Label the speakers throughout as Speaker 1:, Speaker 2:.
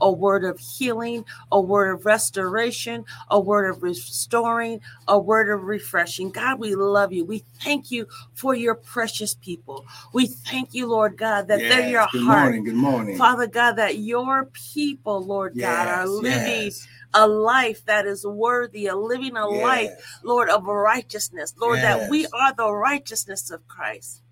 Speaker 1: a word of healing, a word of restoration, a word of restoring, a word of refreshing. God, we love you. We thank you for your precious people. We thank you, Lord God, that they're
Speaker 2: Yes,
Speaker 1: your
Speaker 2: good
Speaker 1: heart.
Speaker 2: morning. Good morning.
Speaker 1: Father God, that your people, Lord God, are living
Speaker 2: yes,
Speaker 1: a life that is worthy, a living a life,
Speaker 2: yes.
Speaker 1: Lord, of righteousness. Lord, that we
Speaker 2: Yes.
Speaker 1: are the righteousness of Christ.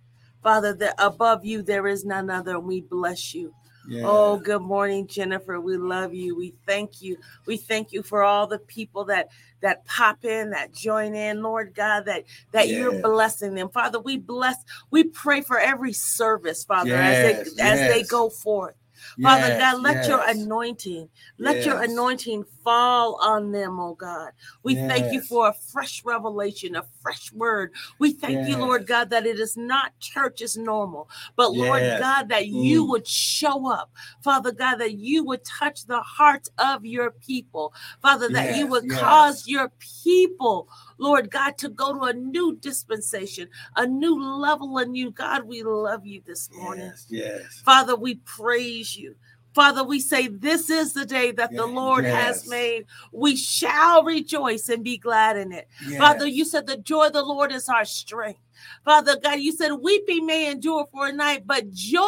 Speaker 1: Father, that above you there is none other, and we bless you.
Speaker 2: Yeah.
Speaker 1: Oh, good morning, Jennifer. We love you. We thank you. We thank you for all the people that that pop in, that join in, Lord God, that that you're
Speaker 2: Yes.
Speaker 1: blessing them. Father, we bless, we pray for every service, Father, as
Speaker 2: Yes,
Speaker 1: they as they
Speaker 2: yes.
Speaker 1: go forth. Father
Speaker 2: Yes,
Speaker 1: God, let your
Speaker 2: yes,
Speaker 1: anointing, let your
Speaker 2: yes.
Speaker 1: anointing fall on them, oh God. We thank you
Speaker 2: Yes.
Speaker 1: for a fresh revelation, a fresh word. We thank you, Lord
Speaker 2: Yes.
Speaker 1: God, that it is not church as normal, but Lord
Speaker 2: Yes.
Speaker 1: God, that you
Speaker 2: Mm.
Speaker 1: would show up, Father God, that you would touch the hearts of your people, Father, that you
Speaker 2: Yes,
Speaker 1: would cause
Speaker 2: yes.
Speaker 1: your people. Lord God, to go to a new dispensation, a new level, a new God. We love you this morning.
Speaker 2: Yes, yes.
Speaker 1: Father, we praise you. Father, we say, This is the day that the
Speaker 2: Yes,
Speaker 1: Lord has
Speaker 2: yes.
Speaker 1: made. We shall rejoice and be glad in it. Father, you
Speaker 2: Yes.
Speaker 1: said, The joy of the Lord is our strength. Father God, you said, Weeping may endure for a night, but joy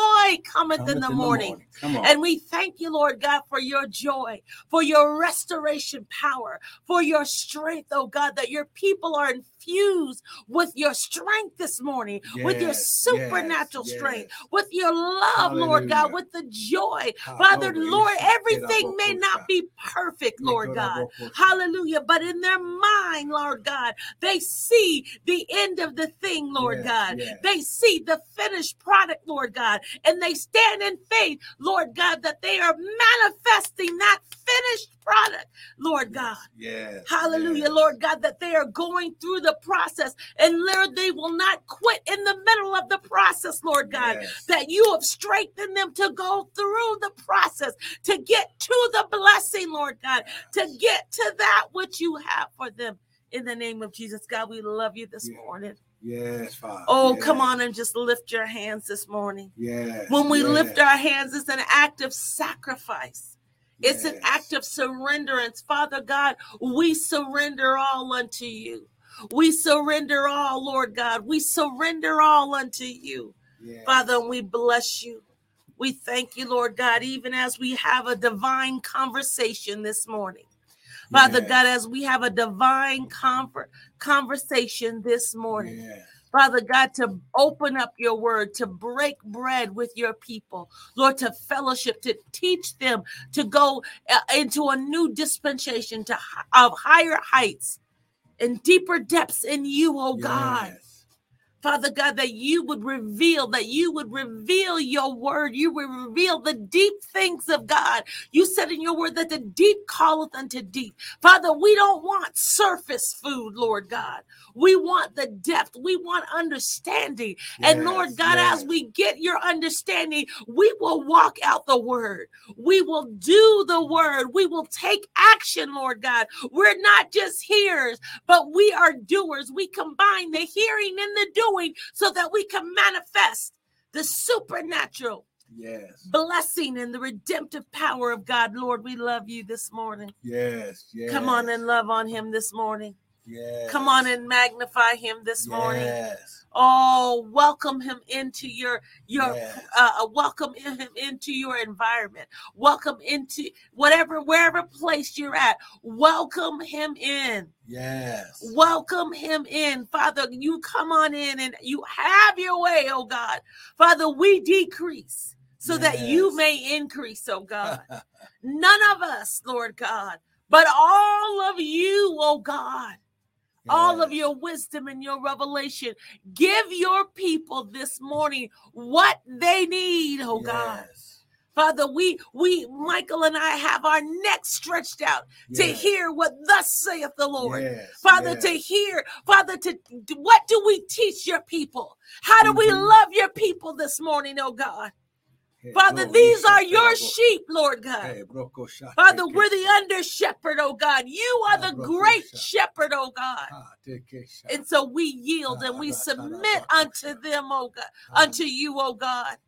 Speaker 1: cometh in
Speaker 2: Cometh
Speaker 1: the
Speaker 2: in the
Speaker 1: morning.
Speaker 2: morning. Come on.
Speaker 1: And we thank you, Lord God, for your joy, for your restoration power, for your strength, oh God, that your people are infused with your strength this morning, with your
Speaker 2: Yes, yes,
Speaker 1: supernatural strength,
Speaker 2: yes.
Speaker 1: with your love, Lord God,
Speaker 2: Hallelujah.
Speaker 1: with the joy. Father,
Speaker 2: Hadobo
Speaker 1: Lord, everything may not
Speaker 2: ishikerabokosha.
Speaker 1: be perfect, Lord God.
Speaker 2: Mekorabokosha.
Speaker 1: Hallelujah. But in their mind, Lord God, they see the end of the thing, Lord
Speaker 2: Yes,
Speaker 1: God. They
Speaker 2: yes.
Speaker 1: see the finished product, Lord God, and they stand in faith, Lord God, that they are manifesting that finished product, Lord God.
Speaker 2: Yes, yes,
Speaker 1: Hallelujah,
Speaker 2: yes.
Speaker 1: Lord God, that they are going through the process and Lord, they will not quit in the middle of the process, Lord God,
Speaker 2: Yes.
Speaker 1: that you have strengthened them to go through the process, to get to the blessing, Lord God, to
Speaker 2: Yes.
Speaker 1: get to that which you have for them. In the name of Jesus, God, we love you this
Speaker 2: Yes.
Speaker 1: morning.
Speaker 2: Yes, Father.
Speaker 1: Oh, come
Speaker 2: Yes.
Speaker 1: on and just lift your hands this morning
Speaker 2: Yes.
Speaker 1: when we lift
Speaker 2: Yes.
Speaker 1: our hands, it's an act of sacrifice. It's an act
Speaker 2: Yes.
Speaker 1: of surrenderance. Father God, we surrender all unto you. We surrender all, Lord God. We surrender all unto you. Father,
Speaker 2: Yes.
Speaker 1: and we bless you. We thank you, Lord God, even as we have a divine conversation this morning. Father God,
Speaker 2: Yes.
Speaker 1: as we have a divine conver- conversation this morning.
Speaker 2: Yes.
Speaker 1: Father God, to open up your word, to break bread with your people, Lord, to fellowship, to teach them to go uh, into a new dispensation to hi- of higher heights and deeper depths in you, oh God.
Speaker 2: Yes.
Speaker 1: Father God, that you would reveal, that you would reveal your word. You would reveal the deep things of God. You said in your word that the deep calleth unto deep. Father, we don't want surface food, Lord God. We want the depth. We want understanding. And Lord
Speaker 2: Yes.
Speaker 1: God, as
Speaker 2: Yes.
Speaker 1: we get your understanding, we will walk out the word. We will do the word. We will take action, Lord God. We're not just hearers but we are doers. We combine the hearing and the doing so that we can manifest the supernatural
Speaker 2: Yes.
Speaker 1: blessing and the redemptive power of God. Lord, we love you this morning.
Speaker 2: Yes.
Speaker 1: Come on and
Speaker 2: Yes.
Speaker 1: love on him this morning. Come on
Speaker 2: Yes.
Speaker 1: and magnify him this morning.
Speaker 2: Yes.
Speaker 1: Oh, welcome him into your your
Speaker 2: Yes.
Speaker 1: uh, uh, welcome in- him into your environment. Welcome into whatever wherever place you're at. Welcome him in.
Speaker 2: Yes.
Speaker 1: Welcome him in, Father. You come on in and you have your way, oh God. Father, we decrease so that you
Speaker 2: Yes.
Speaker 1: may increase, oh God. None of us, Lord God, but all of you, oh God all of
Speaker 2: yes.
Speaker 1: your wisdom and your revelation. Give your people this morning what they need, oh God.
Speaker 2: Yes.
Speaker 1: Father, we we Michael and I have our necks stretched out to
Speaker 2: Yes.
Speaker 1: hear what thus saith the Lord.
Speaker 2: Yes.
Speaker 1: Father, to
Speaker 2: Yes.
Speaker 1: hear, Father, to what do we teach your people? How do we
Speaker 2: Mm-hmm.
Speaker 1: love your people this morning, oh God?
Speaker 2: Hey,
Speaker 1: Father,
Speaker 2: glory.
Speaker 1: these are your
Speaker 2: Ishakarabosha.
Speaker 1: sheep, Lord God.
Speaker 2: Hey, broko shate
Speaker 1: Father, we're the
Speaker 2: kesha.
Speaker 1: under shepherd, oh God. You are
Speaker 2: Ah,
Speaker 1: the
Speaker 2: broko
Speaker 1: great
Speaker 2: sha.
Speaker 1: shepherd, oh God.
Speaker 2: Ah, te kesha.
Speaker 1: And so we yield and
Speaker 2: Ah,
Speaker 1: we submit
Speaker 2: ratarabako sha.
Speaker 1: unto them, oh God,
Speaker 2: Ah,
Speaker 1: unto you, oh God.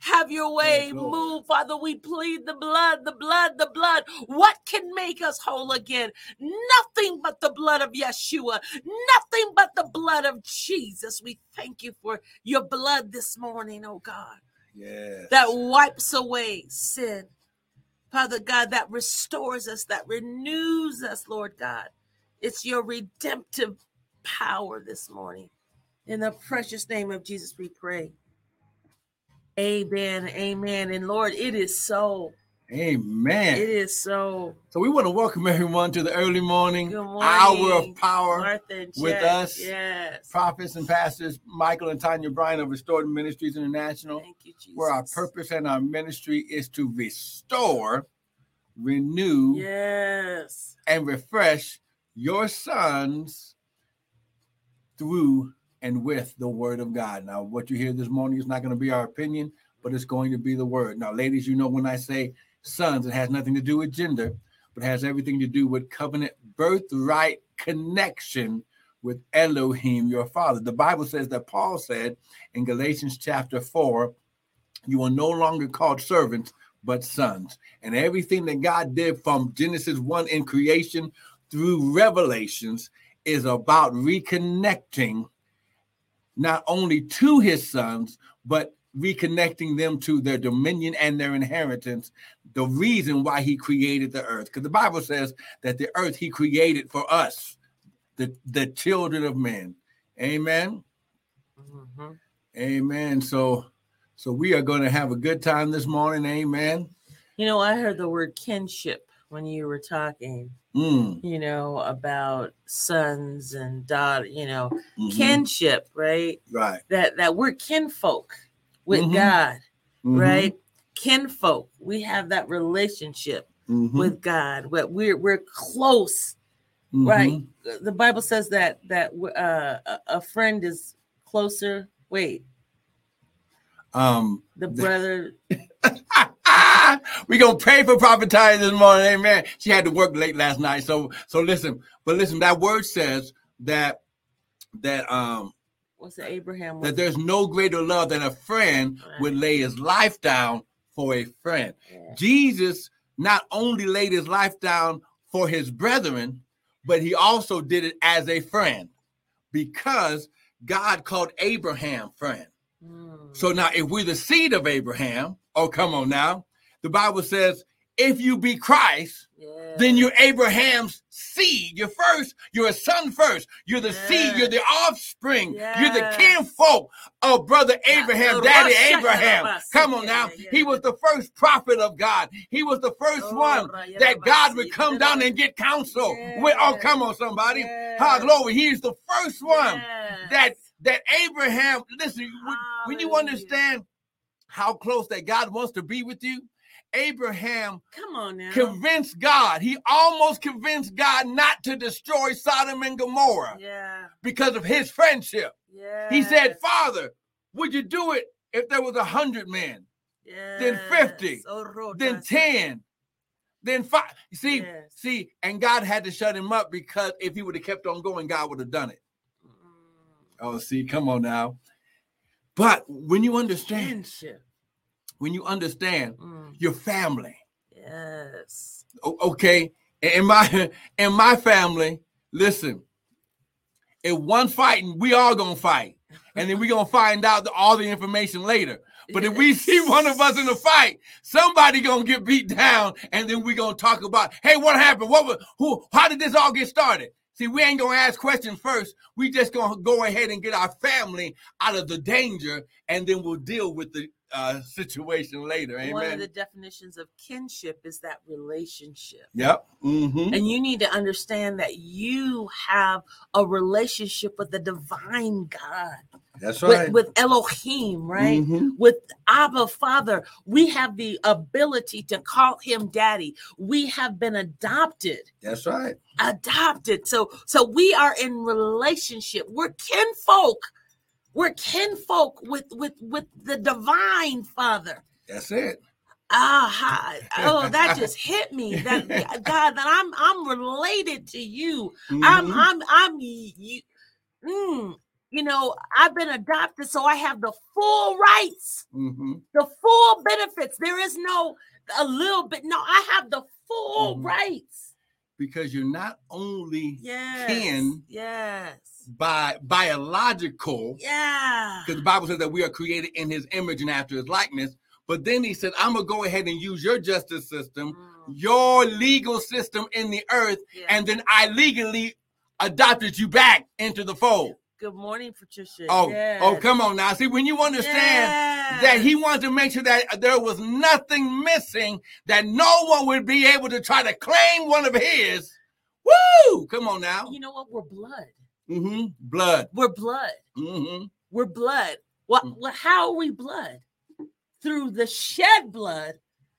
Speaker 1: Have your way.
Speaker 2: Yes, Lord.
Speaker 1: Move, Father. We plead the blood, the blood, the blood. What can make us whole again? Nothing but the blood of Yeshua. Nothing but the blood of Jesus. We thank you for your blood this morning, oh God,
Speaker 2: Yes.
Speaker 1: that wipes away sin. Father God, that restores us, that renews us, Lord God. It's your redemptive power this morning. In the precious name of Jesus, we pray. Amen. Amen. And Lord, it is so.
Speaker 2: Amen.
Speaker 1: It is so.
Speaker 2: So we want to welcome everyone to the early morning,
Speaker 1: Good morning.
Speaker 2: hour of power.
Speaker 1: Martha and
Speaker 2: with
Speaker 1: Chet,
Speaker 2: us.
Speaker 1: Yes.
Speaker 2: Prophets and pastors Michael and Tanya Bryan of Restored Ministries International,
Speaker 1: Thank you, Jesus.
Speaker 2: where our purpose and our ministry is to restore, renew,
Speaker 1: Yes.
Speaker 2: and refresh your sons through and with the word of God. Now, what you hear this morning is not going to be our opinion, but it's going to be the word. Now, ladies, you know when I say sons, it has nothing to do with gender, but has everything to do with covenant birthright connection with Elohim, your father. The Bible says that Paul said in Galatians chapter 4, you are no longer called servants, but sons. And everything that God did from Genesis 1 in creation through revelations is about reconnecting not only to his sons, but reconnecting them to their dominion and their inheritance, the reason why he created the earth. Because the Bible says that the earth he created for us, the, the children of men. Amen.
Speaker 1: Mhm.
Speaker 2: Amen. So, so we are going to have a good time this morning. Amen.
Speaker 1: You know, I heard the word kinship when you were talking,
Speaker 2: Mm,
Speaker 1: you know, about sons and daughter, you know,
Speaker 2: mhm,
Speaker 1: kinship, right?
Speaker 2: right.
Speaker 1: That that we're kinfolk with
Speaker 2: Mhm.
Speaker 1: God,
Speaker 2: Mhm,
Speaker 1: right? Kinfolk. We have that relationship
Speaker 2: mhm,
Speaker 1: with God. We're we're, we're close
Speaker 2: mhm.
Speaker 1: right the bible says that that uh, a- a friend is closer wait
Speaker 2: Um,
Speaker 1: the brother
Speaker 2: we gonna pray for Prophet Ty this morning. Amen. She had to work late last night. So, so listen. But listen, that word says that that um
Speaker 1: what's it abraham was
Speaker 2: that there's no greater love than a friend would lay his life down for a friend.
Speaker 1: yeah.
Speaker 2: Jesus not only laid his life down for his brethren, but he also did it as a friend because God called Abraham friend.
Speaker 1: Mm.
Speaker 2: So now, if we're the seed of Abraham, oh, come on now, the Bible says, if you be Christ,
Speaker 1: yeah.
Speaker 2: then you're Abraham's seed. You're first, you're a son first. You're the seed, you're the offspring. You're the
Speaker 1: Yes.
Speaker 2: kinfolk of brother Abraham,
Speaker 1: Lord,
Speaker 2: daddy
Speaker 1: Rasha
Speaker 2: Abraham.
Speaker 1: Yarabasi.
Speaker 2: Come on
Speaker 1: Yeah,
Speaker 2: now.
Speaker 1: yeah,
Speaker 2: He
Speaker 1: yeah.
Speaker 2: was the first prophet of God. He was the first
Speaker 1: Oh,
Speaker 2: one
Speaker 1: Raya
Speaker 2: that God
Speaker 1: Rabasi.
Speaker 2: would come down and get counsel.
Speaker 1: Yes.
Speaker 2: with. Oh, come on, somebody.
Speaker 1: Yes.
Speaker 2: Ha, glory. He is the first one
Speaker 1: Yes.
Speaker 2: that that Abraham, listen, when, when you
Speaker 1: Hallelujah.
Speaker 2: understand how close that God wants to be with you, Abraham
Speaker 1: come on now
Speaker 2: convinced God. He almost convinced God not to destroy Sodom and Gomorrah
Speaker 1: yeah
Speaker 2: because of his friendship.
Speaker 1: yeah
Speaker 2: He said, Father, would you do it if there was a hundred men, then 50,
Speaker 1: Oh,
Speaker 2: then 10, then five? You see,
Speaker 1: Yes.
Speaker 2: see, and God had to shut him up because if he would have kept on going, God would have done it.
Speaker 1: Mm.
Speaker 2: Oh, see, come on now. But when you understand,
Speaker 1: kinship
Speaker 2: when you understand
Speaker 1: Mm.
Speaker 2: your family,
Speaker 1: yes
Speaker 2: O- okay in my in my family listen if one fighting we all gonna fight and then we gonna find out the- all the information later but if we see one of us in a fight somebody gonna get beat down and then we gonna talk about hey what happened what was who how did this all get started see we ain't gonna ask questions first we just gonna go ahead and get our family out of the danger and then we'll deal with the uh, situation later
Speaker 1: One of
Speaker 2: amen
Speaker 1: the definitions of kinship is that relationship.
Speaker 2: yep mm-hmm
Speaker 1: And you need to understand that you have a relationship with the divine God,
Speaker 2: that's
Speaker 1: with, with Elohim, right?
Speaker 2: Mhm.
Speaker 1: With Abba Father. We have the ability to call him daddy. We have been adopted.
Speaker 2: That's right.
Speaker 1: Adopted. So so we are in relationship. We're kinfolk. We're kinfolk with with with the divine father.
Speaker 2: That's it.
Speaker 1: Ah, oh, that just hit me. That God, that I'm
Speaker 2: Mm-hmm.
Speaker 1: I'm related to you. I'm
Speaker 2: Mhm.
Speaker 1: I'm I'm you. Mm, you know, I've been adopted, so I have the full rights,
Speaker 2: hmm
Speaker 1: the full benefits. There is no a little bit. No, I have the full
Speaker 2: Mhm.
Speaker 1: rights.
Speaker 2: Because you're not only
Speaker 1: Yes.
Speaker 2: Can.
Speaker 1: Yes.
Speaker 2: by biological,
Speaker 1: Yeah.
Speaker 2: because the Bible says that we are created in his image and after his likeness. But then he said, I'm going to go ahead and use your justice system,
Speaker 1: Mm,
Speaker 2: your legal system in the earth,
Speaker 1: yeah.
Speaker 2: and then I legally adopted you back into the fold.
Speaker 1: good morning, Patricia.
Speaker 2: Oh,
Speaker 1: Yes.
Speaker 2: oh, come on now. See, when you understand that he wanted to make sure that there was nothing missing, that no one would be able to try to claim one of his. Woo! Come on now.
Speaker 1: you know what? We're blood.
Speaker 2: hmm Blood.
Speaker 1: We're blood.
Speaker 2: hmm
Speaker 1: We're blood. What?
Speaker 2: Mm.
Speaker 1: what how are we blood? Through the shed blood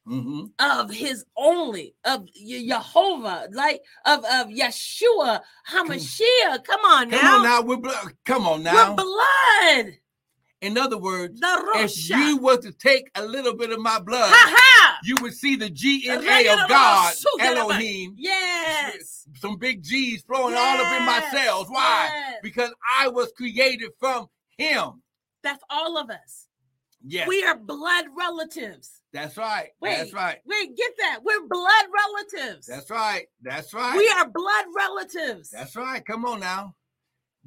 Speaker 2: hmm
Speaker 1: of his only of Ye- Jehovah, like of of Yeshua Hamashiach. Come on now,
Speaker 2: Come on now. We're blood. Come on now.
Speaker 1: we're blood.
Speaker 2: In other words,
Speaker 1: The
Speaker 2: if
Speaker 1: Rosha.
Speaker 2: you were to take a little bit of my blood,
Speaker 1: ha ha.
Speaker 2: you would see the
Speaker 1: Regular
Speaker 2: GNA
Speaker 1: old
Speaker 2: of God,
Speaker 1: suit, get up.
Speaker 2: Elohim,
Speaker 1: Yes.
Speaker 2: some big G's flowing all up in my
Speaker 1: Yes.
Speaker 2: cells. Why?
Speaker 1: Yes.
Speaker 2: Because I was created from Him.
Speaker 1: That's all of us.
Speaker 2: Yes,
Speaker 1: We are blood relatives.
Speaker 2: that's right.
Speaker 1: Wait.
Speaker 2: That's right.
Speaker 1: Wait, get that. We're blood relatives.
Speaker 2: That's right. That's right.
Speaker 1: We are blood relatives.
Speaker 2: That's right. Come on now.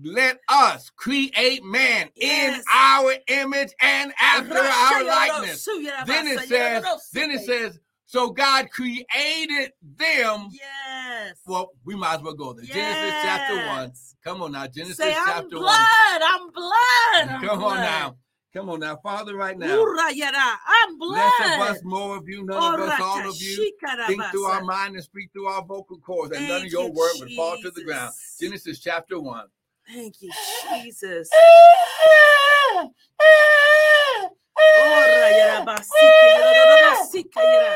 Speaker 2: Let us create man
Speaker 1: Yes.
Speaker 2: in our image and after our likeness. Then it says, then
Speaker 1: says,
Speaker 2: it says, so God created them.
Speaker 1: yes.
Speaker 2: Well, we might as well go there. Genesis chapter 1. Come on now. Genesis
Speaker 1: Say, I'm
Speaker 2: chapter
Speaker 1: blood. I'm blood.
Speaker 2: 1.
Speaker 1: I'm
Speaker 2: Come
Speaker 1: blood.
Speaker 2: on now. Come on now. Father, right now.
Speaker 1: Ura yada, I'm blood. Oh,
Speaker 2: Less of us, more of you, none of us, all of you. Think through our
Speaker 1: Orata
Speaker 2: mind and speak through our vocal cords, and none
Speaker 1: Thank
Speaker 2: of your
Speaker 1: you,
Speaker 2: word would fall to the ground.
Speaker 1: Jesus.
Speaker 2: Genesis chapter 1.
Speaker 1: Thank you, Jesus. Ora yada
Speaker 2: Okay.
Speaker 1: basika yada basika yada.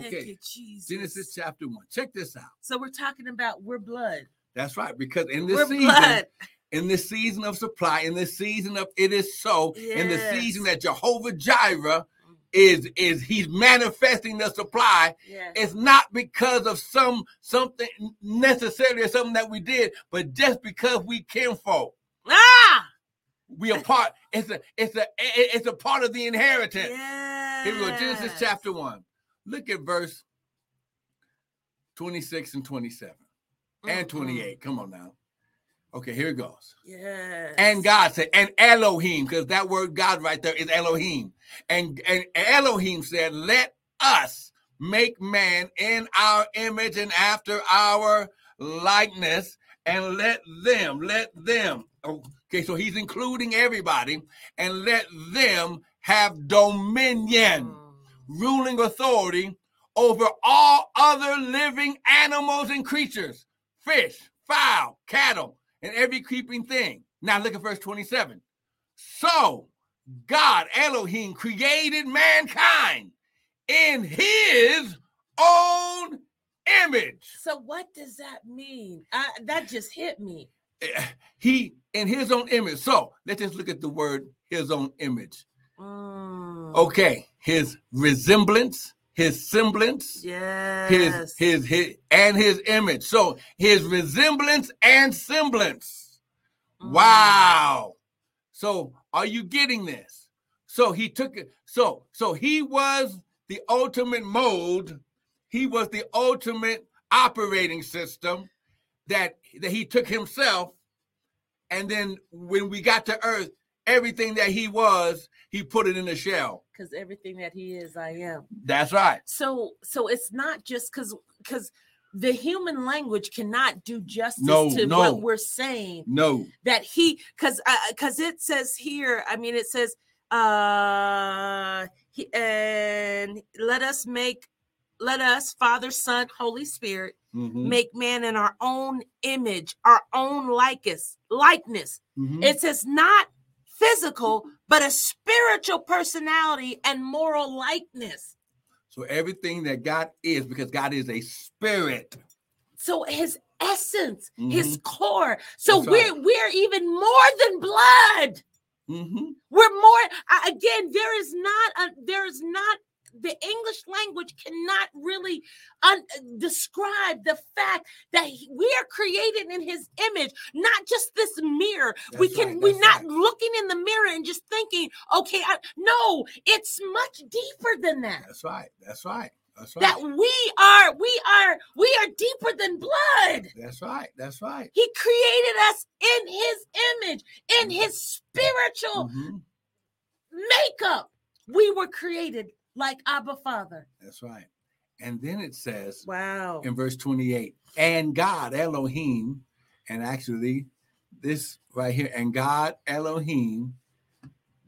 Speaker 1: Thank you, Jesus.
Speaker 2: Genesis chapter 1. Check this out.
Speaker 1: So we're talking about we're blood.
Speaker 2: That's right. Because in this
Speaker 1: We're
Speaker 2: season,
Speaker 1: blood.
Speaker 2: in this season of supply, in this season of it is so, in the
Speaker 1: Yes.
Speaker 2: season that Jehovah Jireh is is he's manifesting the supply.
Speaker 1: Yeah.
Speaker 2: It's not because of some something necessarily or something that we did, but just because we kinfolk.
Speaker 1: Ah!
Speaker 2: We are part. It's a it's a it's a part of the inheritance.
Speaker 1: Yeah.
Speaker 2: Here we go. Genesis chapter 1. Look at verse 26 and 27 and
Speaker 1: Mm-hmm.
Speaker 2: 28. Come on now. Okay, here it goes.
Speaker 1: Yeah.
Speaker 2: And God said, and Elohim, because that word God right there is Elohim. And, and Elohim said, let us make man in our image and after our likeness, and let them, let them. Okay, so he's including everybody, and let them have dominion ruling authority over all other living animals and creatures fish, fowl, cattle, and every creeping thing. Now look at verse 27. So God, Elohim, created mankind in his own image.
Speaker 1: So what does that mean? I, that just hit me.
Speaker 2: Eh, He, in his own image. So let's just look at the word his own image.
Speaker 1: Mm.
Speaker 2: Okay, his resemblance, his semblance.
Speaker 1: Yes.
Speaker 2: his his his and his image. So his resemblance and semblance.
Speaker 1: Mm.
Speaker 2: Wow. So are you getting this? So he took it. So so he was the ultimate mold. He was the ultimate operating system that that he took himself. And then when we got to earth, everything that he was, he put it in a shell.
Speaker 1: Because everything that he is, I am.
Speaker 2: That's right.
Speaker 1: So so it's not just because because the human language cannot do justice
Speaker 2: No,
Speaker 1: to
Speaker 2: no.
Speaker 1: what we're saying.
Speaker 2: No.
Speaker 1: that he because because it says here i mean it says uh he, and let us make let us father son holy spirit
Speaker 2: Mhm,
Speaker 1: make man in our own image our own likeness likeness
Speaker 2: mhm.
Speaker 1: it's it's not physical but a spiritual personality and moral likeness
Speaker 2: So everything that God is, because God is a spirit.
Speaker 1: so his essence his core so
Speaker 2: Mm-hmm. That's
Speaker 1: we're
Speaker 2: right.
Speaker 1: we're even more than blood
Speaker 2: Mm-hmm.
Speaker 1: We're more I- again. There is not a there is not the English language cannot really un- describe the fact that he- we are created in his image, not just this mirror. we
Speaker 2: That's
Speaker 1: can
Speaker 2: right,
Speaker 1: we're
Speaker 2: that's
Speaker 1: not
Speaker 2: right.
Speaker 1: looking in the mirror and just thinking, okay, I, no, it's much deeper than that.
Speaker 2: That's right. That's right. That's right.
Speaker 1: That we are, we are, we are deeper than blood.
Speaker 2: That's right. That's right.
Speaker 1: He created us in his image, in his spiritual
Speaker 2: Mhm.
Speaker 1: makeup. We were created like Abba Father.
Speaker 2: That's right. And then it says
Speaker 1: Wow.
Speaker 2: in verse 28, and God, Elohim, and actually this right here, and God, Elohim,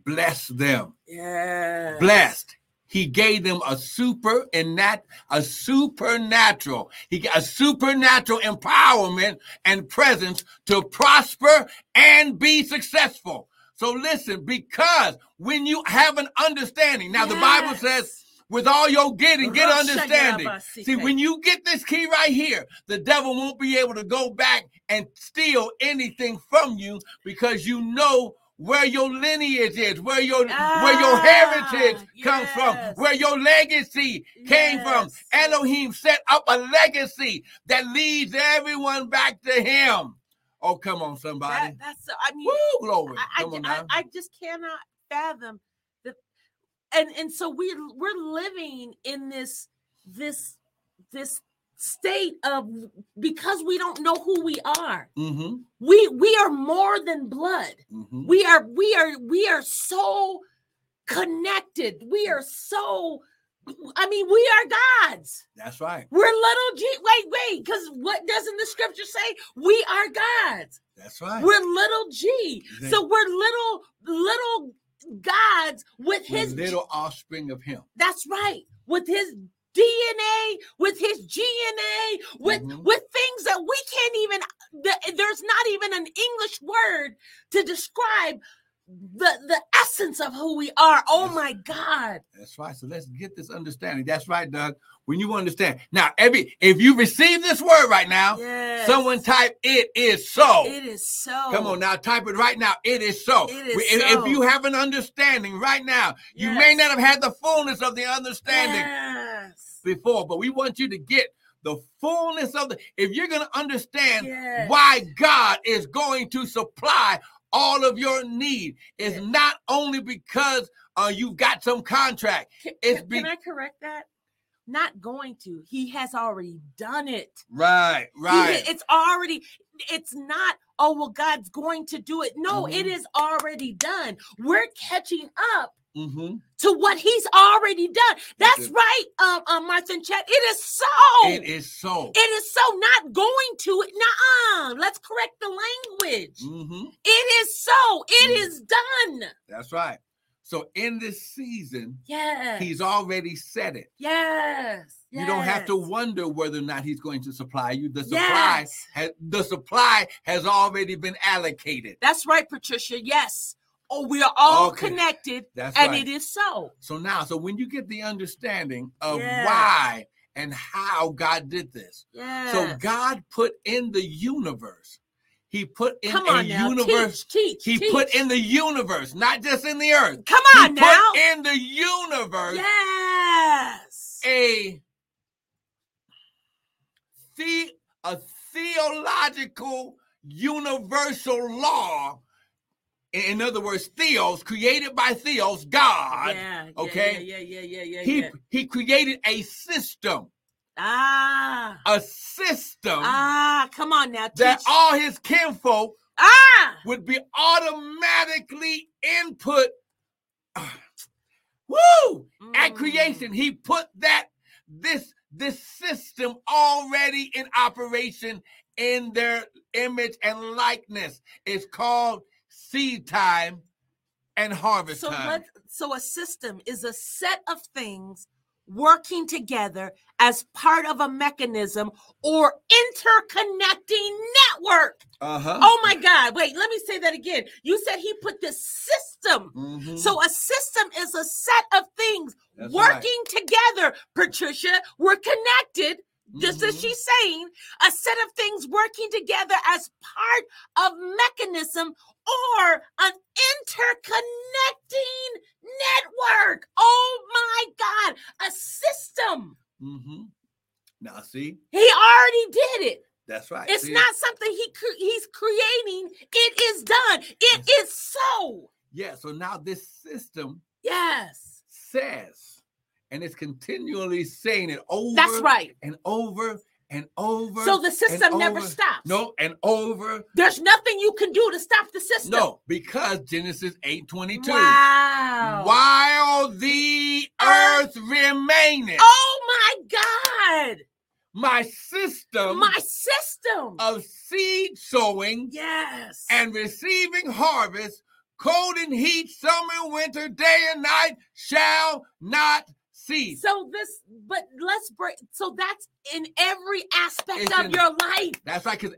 Speaker 2: blessed them.
Speaker 1: Yeah.
Speaker 2: Blessed. He gave them a super and nat- a supernatural. He got a supernatural empowerment and presence to prosper and be successful. So listen, because when you have an understanding, now the Bible says with all your getting, get understanding. See, when you get this key right here, the devil won't be able to go back and steal anything from you because you know where your lineage is, where your where your
Speaker 1: Ah,
Speaker 2: heritage comes from,
Speaker 1: yes.
Speaker 2: where your legacy came from.
Speaker 1: Yes.
Speaker 2: Elohim set up a legacy that leads everyone back to him. Oh, come on, somebody.
Speaker 1: that, that's so, I mean,
Speaker 2: Woo, glory.
Speaker 1: I, I,
Speaker 2: come on
Speaker 1: I-
Speaker 2: now.
Speaker 1: I just cannot fathom the and and so we we're living in this this this state of because we don't know who we are.
Speaker 2: mm-hmm,
Speaker 1: We we are more than blood.
Speaker 2: mm-hmm.
Speaker 1: we are we are we are so connected we are so i mean we are gods
Speaker 2: That's right.
Speaker 1: we're little g wait wait because what doesn't the scripture say we are gods
Speaker 2: That's right.
Speaker 1: we're little g
Speaker 2: Thank-
Speaker 1: so we're little little gods with
Speaker 2: We're
Speaker 1: his
Speaker 2: little offspring of him.
Speaker 1: that's right with his dna with his gna with
Speaker 2: Mhm.
Speaker 1: with things that we can't even th- there's not even an english word to describe the the essence of who we are oh
Speaker 2: Yes.
Speaker 1: my god
Speaker 2: That's right. So let's get this understanding. That's right, Doug. When you understand now, every if you receive this word right now,
Speaker 1: yes.
Speaker 2: someone type it is so.
Speaker 1: it is so
Speaker 2: Come on now, type it right now. It is so.
Speaker 1: It is
Speaker 2: We- if,
Speaker 1: so.
Speaker 2: if you have an understanding right now, you may
Speaker 1: Yes.
Speaker 2: not have had the fullness of the understanding
Speaker 1: yes.
Speaker 2: before, but we want you to get the fullness of the. If you're going to understand
Speaker 1: Yes.
Speaker 2: why God is going to supply all of your need, it's
Speaker 1: Yes.
Speaker 2: not only because uh, you've got some contract.
Speaker 1: Can-
Speaker 2: It's
Speaker 1: can,
Speaker 2: be-
Speaker 1: can i correct that not going to he has already done it
Speaker 2: Right,
Speaker 1: He did-
Speaker 2: right.
Speaker 1: it's already, it's not, oh, well, God's going to do it. No, it
Speaker 2: Mhm.
Speaker 1: is already done. We're catching up
Speaker 2: Mm-hmm.
Speaker 1: to what he's already done.
Speaker 2: That's
Speaker 1: That's
Speaker 2: it.
Speaker 1: right, um, um, Martin Chet. It is so.
Speaker 2: It is so.
Speaker 1: it is so not going to it. Nuh-uh. Let's correct the language.
Speaker 2: hmm
Speaker 1: It is so. It
Speaker 2: Mhm.
Speaker 1: is done.
Speaker 2: That's right. So in this season,
Speaker 1: Yes.
Speaker 2: he's already said it.
Speaker 1: yes.
Speaker 2: You don't have to
Speaker 1: yes,
Speaker 2: wonder whether or not he's going to supply you. The supply,
Speaker 1: yes.
Speaker 2: has, the supply has already been allocated.
Speaker 1: That's right, Patricia. Yes. Oh, we are all
Speaker 2: Okay.
Speaker 1: connected,
Speaker 2: That's
Speaker 1: and
Speaker 2: right.
Speaker 1: it is so.
Speaker 2: So now, so when you get the understanding of
Speaker 1: Yes.
Speaker 2: why and how God did this,
Speaker 1: Yes.
Speaker 2: so God put in the universe. He put in
Speaker 1: Come
Speaker 2: a
Speaker 1: on now.
Speaker 2: universe.
Speaker 1: Teach, teach,
Speaker 2: He
Speaker 1: teach.
Speaker 2: put in the universe, not just in the earth.
Speaker 1: Come
Speaker 2: He
Speaker 1: on now.
Speaker 2: put in the universe
Speaker 1: yes.
Speaker 2: a the a theological universal law. In in other words, theos created by theos, God.
Speaker 1: yeah, yeah,
Speaker 2: okay?
Speaker 1: Yeah, yeah, yeah, yeah, yeah.
Speaker 2: He
Speaker 1: yeah.
Speaker 2: he created a system,
Speaker 1: Ah,
Speaker 2: a system
Speaker 1: ah. Come on now. Teach.
Speaker 2: um, that all his kinfolk
Speaker 1: ah,
Speaker 2: would be automatically input. Woo! At
Speaker 1: Mm.
Speaker 2: creation, he put that this this system already in operation in their image and likeness. It's called seed time and harvest
Speaker 1: So
Speaker 2: time.
Speaker 1: what? So a system is a set of things working together as part of a mechanism or interconnecting network.
Speaker 2: Uh-huh.
Speaker 1: Oh my God! Wait, let me say that again. You said he put this system.
Speaker 2: Mhm.
Speaker 1: So a system is a set of things
Speaker 2: That's right.
Speaker 1: working together, Patricia. We're connected just
Speaker 2: Mm-hmm.
Speaker 1: as she's saying, a set of things working together as part of mechanism or an interconnecting network. Oh my God, a system.
Speaker 2: Mm-hmm. Now, see,
Speaker 1: He already did it.
Speaker 2: that's right.
Speaker 1: It's
Speaker 2: See,
Speaker 1: not something he cre- he's creating. It is done. It is so.
Speaker 2: Yeah, so now this system
Speaker 1: Yes.
Speaker 2: says, and it's continually saying it over
Speaker 1: That's right.
Speaker 2: and over and over.
Speaker 1: So the system never
Speaker 2: over.
Speaker 1: stops.
Speaker 2: no, and over.
Speaker 1: There's nothing you can do to stop the system.
Speaker 2: No, because Genesis 8:22.
Speaker 1: Wow.
Speaker 2: While the earth remaineth,
Speaker 1: Oh my
Speaker 2: my
Speaker 1: God.
Speaker 2: system
Speaker 1: My system.
Speaker 2: of seed sowing
Speaker 1: yes.
Speaker 2: um, and receiving harvest, cold and heat, summer and winter, day and night, shall not cease.
Speaker 1: so this, but let's break. So that's in every aspect
Speaker 2: It's
Speaker 1: of
Speaker 2: in-
Speaker 1: your life.
Speaker 2: That's right, because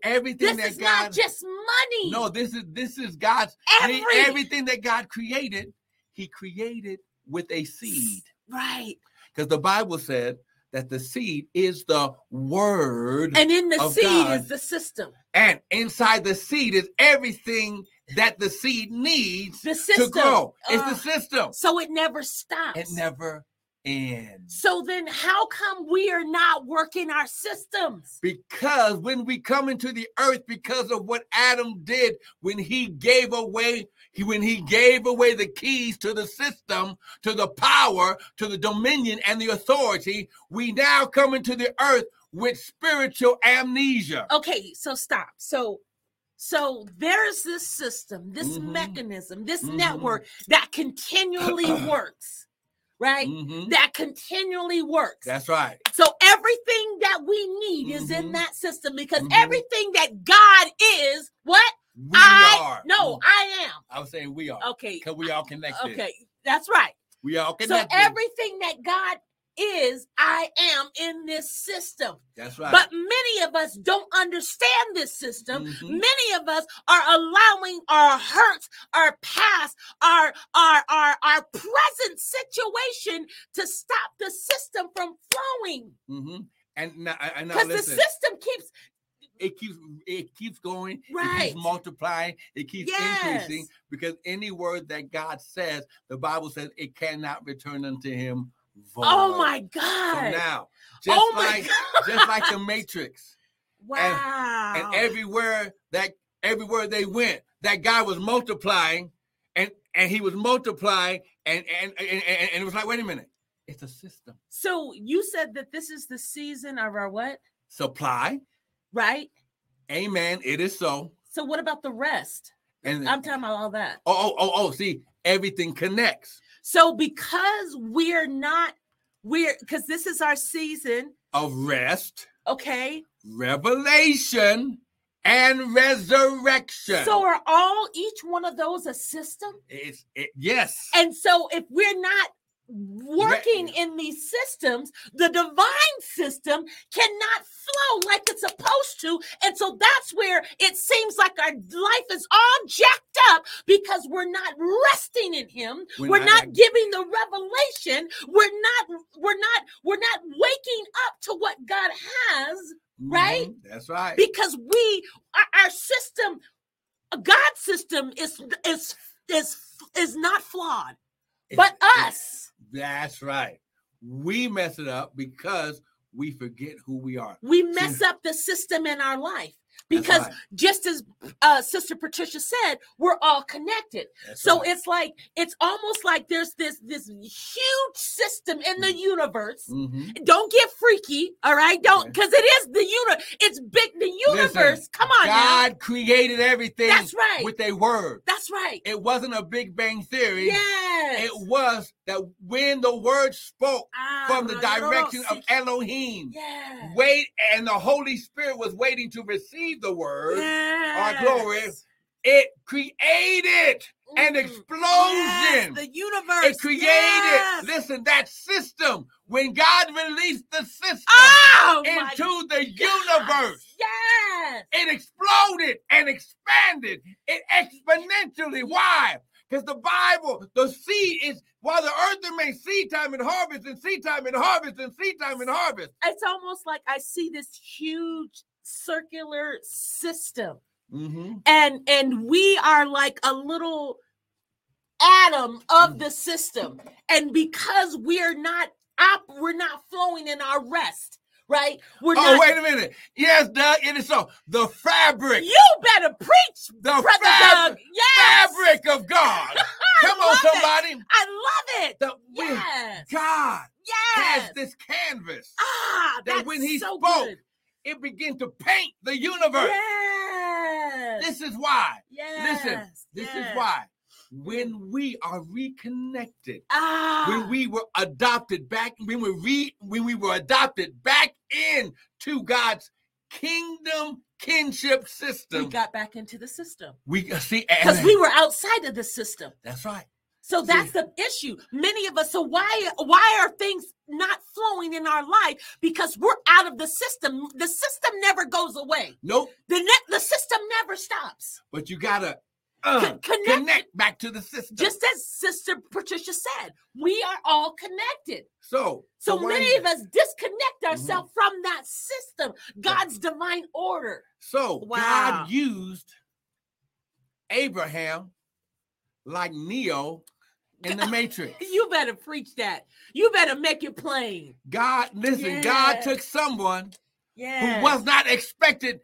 Speaker 1: This
Speaker 2: everything that
Speaker 1: is
Speaker 2: God
Speaker 1: not just money.
Speaker 2: no, this is this is God's
Speaker 1: every
Speaker 2: he- everything that God created, He created with a seed.
Speaker 1: right.
Speaker 2: Because the Bible said that the seed is the word,
Speaker 1: And in the
Speaker 2: Mm. Of
Speaker 1: seed
Speaker 2: God.
Speaker 1: is the system.
Speaker 2: and inside the seed is everything that the seed needs
Speaker 1: The system. Ah.
Speaker 2: to grow. It's
Speaker 1: Ugh.
Speaker 2: the system.
Speaker 1: So it never stops.
Speaker 2: It never ends.
Speaker 1: So then, how come we are not working our systems?
Speaker 2: Because when we come into the earth, because of what Adam did when he gave away, he, when he gave away the keys to the system, to the power, to the dominion and the authority, we now come into the earth with spiritual amnesia.
Speaker 1: Okay, so stop. So, so there's this system, this
Speaker 2: Mhm.
Speaker 1: mechanism, this
Speaker 2: Mhm.
Speaker 1: network that continually works, right?
Speaker 2: Mhm.
Speaker 1: That continually works.
Speaker 2: That's right.
Speaker 1: so everything that we need is in
Speaker 2: Mhm.
Speaker 1: that system because
Speaker 2: Mhm.
Speaker 1: everything that God is, what
Speaker 2: We
Speaker 1: I
Speaker 2: are. Mm,
Speaker 1: no, I am.
Speaker 2: I was saying we are.
Speaker 1: Okay,
Speaker 2: Because we all connected.
Speaker 1: okay, that's right.
Speaker 2: We all
Speaker 1: So
Speaker 2: connected.
Speaker 1: everything that God is, I am in this system.
Speaker 2: That's right.
Speaker 1: But many of us don't understand this system.
Speaker 2: Mhm.
Speaker 1: Many of us are allowing our hurts, our past, our, our our our present situation to stop the system from flowing.
Speaker 2: Mhm. And now, and now
Speaker 1: Because the
Speaker 2: listen.
Speaker 1: system keeps
Speaker 2: it keeps it keeps going it
Speaker 1: Right.
Speaker 2: keeps multiplying it keeps increasing
Speaker 1: Yes.
Speaker 2: because any word that god says the bible says it cannot return unto him void.
Speaker 1: Oh my
Speaker 2: so
Speaker 1: God.
Speaker 2: now just
Speaker 1: oh my
Speaker 2: like
Speaker 1: God.
Speaker 2: just like the matrix
Speaker 1: wow.
Speaker 2: and everywhere that everywhere they went that guy was multiplying and and he was multiplying and and and, and, and it was like wait a minute it's a system
Speaker 1: so you said that this is the season of our what?
Speaker 2: supply
Speaker 1: Right?
Speaker 2: amen it is so
Speaker 1: So what about the rest?
Speaker 2: and
Speaker 1: I'm talking about all that.
Speaker 2: oh oh oh oh see everything connects
Speaker 1: So because we're not we're because this is our season,
Speaker 2: of rest,
Speaker 1: okay?
Speaker 2: revelation, and resurrection.
Speaker 1: So are all each one of those a system?
Speaker 2: it's it, yes,
Speaker 1: And so if we're not working in these systems, the divine system cannot flow like it's supposed to. And so that's where it seems like our life is all jacked up because we're not resting in him.
Speaker 2: We're
Speaker 1: we're
Speaker 2: not
Speaker 1: not
Speaker 2: like-
Speaker 1: giving the revelation. We're not we're not we're not waking up to what God has right?
Speaker 2: Mhm, That's right.
Speaker 1: because we our, our system God system is is is is not flawed.
Speaker 2: It's-
Speaker 1: But
Speaker 2: it's-
Speaker 1: us,
Speaker 2: that's right. We mess it up because we forget who we are.
Speaker 1: we mess up the system in our life
Speaker 2: That's
Speaker 1: because
Speaker 2: right.
Speaker 1: just as uh, Sister Patricia said, we're all connected.
Speaker 2: That's
Speaker 1: So
Speaker 2: right.
Speaker 1: it's like it's almost like there's this this huge system in
Speaker 2: Mm.
Speaker 1: the universe.
Speaker 2: Mhm.
Speaker 1: Don't get freaky, all right? Don't
Speaker 2: Okay.
Speaker 1: because it is the universe. It's big. The universe.
Speaker 2: Listen,
Speaker 1: Come on, now.
Speaker 2: God created everything
Speaker 1: That's right.
Speaker 2: with a word.
Speaker 1: That's right.
Speaker 2: It wasn't a Big Bang theory.
Speaker 1: Yes.
Speaker 2: It was that when the word spoke
Speaker 1: Ah,
Speaker 2: from the
Speaker 1: no, no, no,
Speaker 2: direction of
Speaker 1: see-
Speaker 2: Elohim,
Speaker 1: Yes.
Speaker 2: wait and the holy spirit was waiting to receive the word
Speaker 1: Yes.
Speaker 2: glory it created an
Speaker 1: Mm.
Speaker 2: explosion
Speaker 1: Yes, the universe.
Speaker 2: it created
Speaker 1: Yes.
Speaker 2: listen that system when god released the system
Speaker 1: Oh, my
Speaker 2: into the
Speaker 1: gosh.
Speaker 2: universe
Speaker 1: Yes.
Speaker 2: it exploded and expanded it exponentially why Because the Bible, the seed is while the earth remains seed time and harvest and seed time and harvest and seed time and harvest.
Speaker 1: It's almost like I see this huge circular system.
Speaker 2: Mm-hmm.
Speaker 1: And and we are like a little atom of the system. And because we're not up, we're not flowing in our rest, right? We're
Speaker 2: Oh,
Speaker 1: not
Speaker 2: wait a minute. Yes, Doug, it is so. The fabric,
Speaker 1: you better preach,
Speaker 2: the
Speaker 1: brother
Speaker 2: fab-
Speaker 1: Doug. Yes.
Speaker 2: Oh, fabric of God. Come on,
Speaker 1: love it.
Speaker 2: somebody.
Speaker 1: I love it.
Speaker 2: The, we-
Speaker 1: Yes.
Speaker 2: God
Speaker 1: Yes.
Speaker 2: has this canvas.
Speaker 1: Ah,
Speaker 2: that
Speaker 1: that's
Speaker 2: when he
Speaker 1: so
Speaker 2: spoke,
Speaker 1: good.
Speaker 2: It began to paint the universe.
Speaker 1: Yes.
Speaker 2: This is why.
Speaker 1: yes.
Speaker 2: This
Speaker 1: yes.
Speaker 2: is why. When we are reconnected,
Speaker 1: Ah.
Speaker 2: when we were adopted back, when we re, when we were adopted back into God's kingdom kinship
Speaker 1: we
Speaker 2: system,
Speaker 1: got back into the system
Speaker 2: we see
Speaker 1: because
Speaker 2: and-
Speaker 1: we were outside of the system.
Speaker 2: That's right.
Speaker 1: So that's the issue. Many of us. So why why are things not flowing in our life? Because we're out of the system. The system never goes away.
Speaker 2: Nope.
Speaker 1: The net the system never stops.
Speaker 2: But you gotta
Speaker 1: Con-
Speaker 2: uh,
Speaker 1: connect.
Speaker 2: connect back to the system.
Speaker 1: Just as Sister Patricia said, we are all connected.
Speaker 2: so.
Speaker 1: So
Speaker 2: why
Speaker 1: many
Speaker 2: is
Speaker 1: of
Speaker 2: it-
Speaker 1: us disconnect
Speaker 2: Mm-hmm.
Speaker 1: ourselves from that system, God's divine order.
Speaker 2: So
Speaker 1: Wow.
Speaker 2: God used Abraham like Neo in the Matrix.
Speaker 1: You better preach that. You better make it plain.
Speaker 2: God, listen. God
Speaker 1: Yeah.
Speaker 2: took someone
Speaker 1: Yeah.
Speaker 2: who was not expected,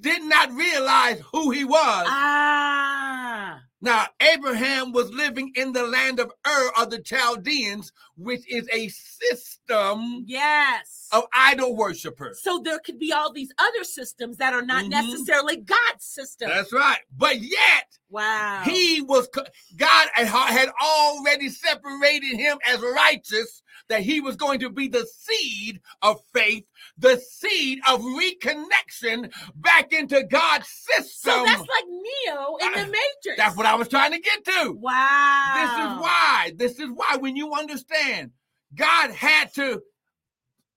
Speaker 2: did not realize who he was.
Speaker 1: Ah.
Speaker 2: Now, Abraham was living in the land of Ur of the Chaldeans, which is a system
Speaker 1: Yes.
Speaker 2: of idol worshipers.
Speaker 1: So there could be all these other systems that are not
Speaker 2: Mhm.
Speaker 1: necessarily God's system.
Speaker 2: That's right. But yet,
Speaker 1: wow.
Speaker 2: he was, co- God had- had already separated him as righteous, that he was going to be the seed of faith, the seed of reconnection back into God's
Speaker 1: so
Speaker 2: system.
Speaker 1: that's like Neo in the
Speaker 2: I-
Speaker 1: Matrix.
Speaker 2: Ah, That's what I was trying to get to.
Speaker 1: Wow.
Speaker 2: This is why. This is why when you understand, God had to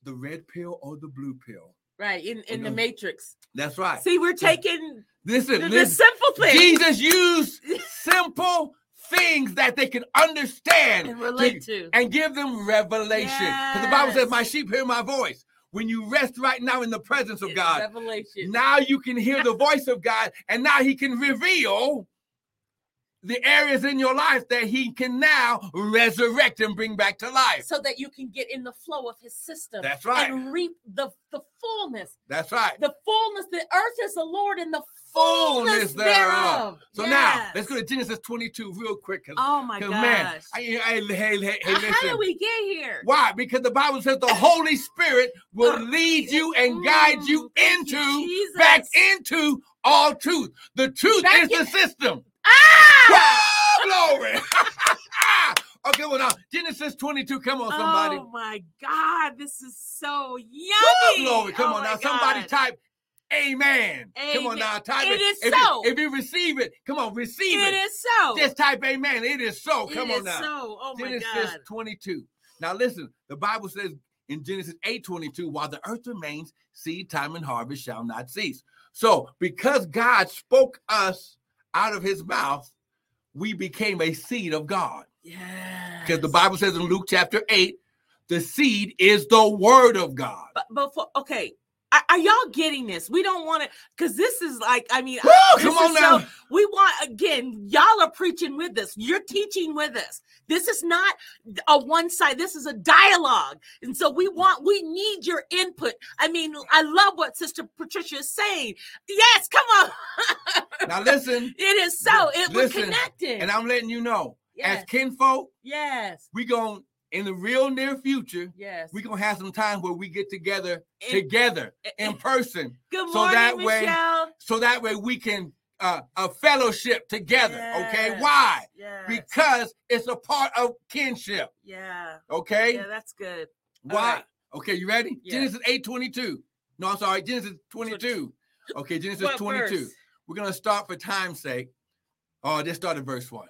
Speaker 2: the red pill or the blue pill.
Speaker 1: Right in, in the
Speaker 2: Mhm.
Speaker 1: Matrix.
Speaker 2: That's right.
Speaker 1: See, we're taking
Speaker 2: listen,
Speaker 1: the, the
Speaker 2: listen.
Speaker 1: simple thing
Speaker 2: Jesus used simple things that they can understand
Speaker 1: and
Speaker 2: to-
Speaker 1: relate to.
Speaker 2: and give them revelation. Because the Bible says,
Speaker 1: Yes.
Speaker 2: My sheep hear my voice. When you rest right now in the presence of
Speaker 1: It's
Speaker 2: oh God,
Speaker 1: Revelation.
Speaker 2: now you can hear the voice of God, and now He can reveal the areas in your life that He can now resurrect and bring back to life.
Speaker 1: so that you can get in the flow of his system
Speaker 2: That's right.
Speaker 1: and reap the, the fullness.
Speaker 2: That's right.
Speaker 1: The fullness, the earth is the Lord and the fullness,
Speaker 2: Fullness
Speaker 1: thereof.
Speaker 2: thereof. So now
Speaker 1: Yes.
Speaker 2: let's go to Genesis 22 real quick. Cause,
Speaker 1: Oh my
Speaker 2: 'cause,
Speaker 1: gosh.
Speaker 2: man, I, I, hey, hey, hey,
Speaker 1: Uh, How
Speaker 2: listen.
Speaker 1: did we get here?
Speaker 2: Why? Because the Bible says the Holy Spirit will lead you and guide you
Speaker 1: Oh. Mm, thank you,
Speaker 2: into
Speaker 1: Jesus.
Speaker 2: back into all truth. The truth
Speaker 1: Back
Speaker 2: is the
Speaker 1: in-
Speaker 2: system.
Speaker 1: Ah!
Speaker 2: Oh, glory. okay, well now Genesis 22. Come on, somebody.
Speaker 1: Oh my God, this is so yummy.
Speaker 2: Oh, glory. Come
Speaker 1: Oh
Speaker 2: on
Speaker 1: my
Speaker 2: now. Somebody
Speaker 1: God.
Speaker 2: type amen. Come on
Speaker 1: Amen.
Speaker 2: now. Type
Speaker 1: It
Speaker 2: it.
Speaker 1: is
Speaker 2: if, you-
Speaker 1: so.
Speaker 2: if you receive it, come on, receive
Speaker 1: It
Speaker 2: it.
Speaker 1: is so.
Speaker 2: Just type amen. It is so.
Speaker 1: Oh. It
Speaker 2: Come
Speaker 1: is
Speaker 2: on now.
Speaker 1: so. Oh my
Speaker 2: Genesis
Speaker 1: God.
Speaker 2: 22. Now listen, the Bible says in Genesis 8:22, while the earth remains, seed time and harvest shall not cease. So, because God spoke us out of his mouth, we became a seed of God.
Speaker 1: Yeah.
Speaker 2: Because the Bible says in Luke chapter 8, the seed is the word of God.
Speaker 1: But before, okay. Are, are y'all getting this? We don't want to, because this is like, I mean,
Speaker 2: Woo,
Speaker 1: Oh, this
Speaker 2: come on
Speaker 1: is so-
Speaker 2: now.
Speaker 1: we want, again, y'all are preaching with us. You're teaching with us. This is not a one side, this is a dialogue. And so we want, we need your input. I mean, I love what Sister Patricia is saying. Yes, come on.
Speaker 2: now listen,
Speaker 1: It is so. It, we're
Speaker 2: Listen,
Speaker 1: connected.
Speaker 2: and I'm letting you know,
Speaker 1: yes,
Speaker 2: as kinfolk,
Speaker 1: yes,
Speaker 2: we going in the real near future,
Speaker 1: yes.
Speaker 2: we gonna have some time where we get together
Speaker 1: And-
Speaker 2: together in person.
Speaker 1: good
Speaker 2: so
Speaker 1: morning,
Speaker 2: that way-
Speaker 1: Michelle.
Speaker 2: so that way we can uh, a fellowship together. Okay,
Speaker 1: Yes,
Speaker 2: why?
Speaker 1: Yes.
Speaker 2: Because it's a part of kinship.
Speaker 1: yeah.
Speaker 2: Okay,
Speaker 1: Yeah, that's good. all
Speaker 2: why?
Speaker 1: right.
Speaker 2: Okay, you ready?
Speaker 1: Yeah.
Speaker 2: Genesis eight twenty two. No, I'm sorry, Genesis twenty two. Okay, Genesis
Speaker 1: What
Speaker 2: twenty two.
Speaker 1: verse?
Speaker 2: We're gonna start for time's sake. Oh, just start at verse one.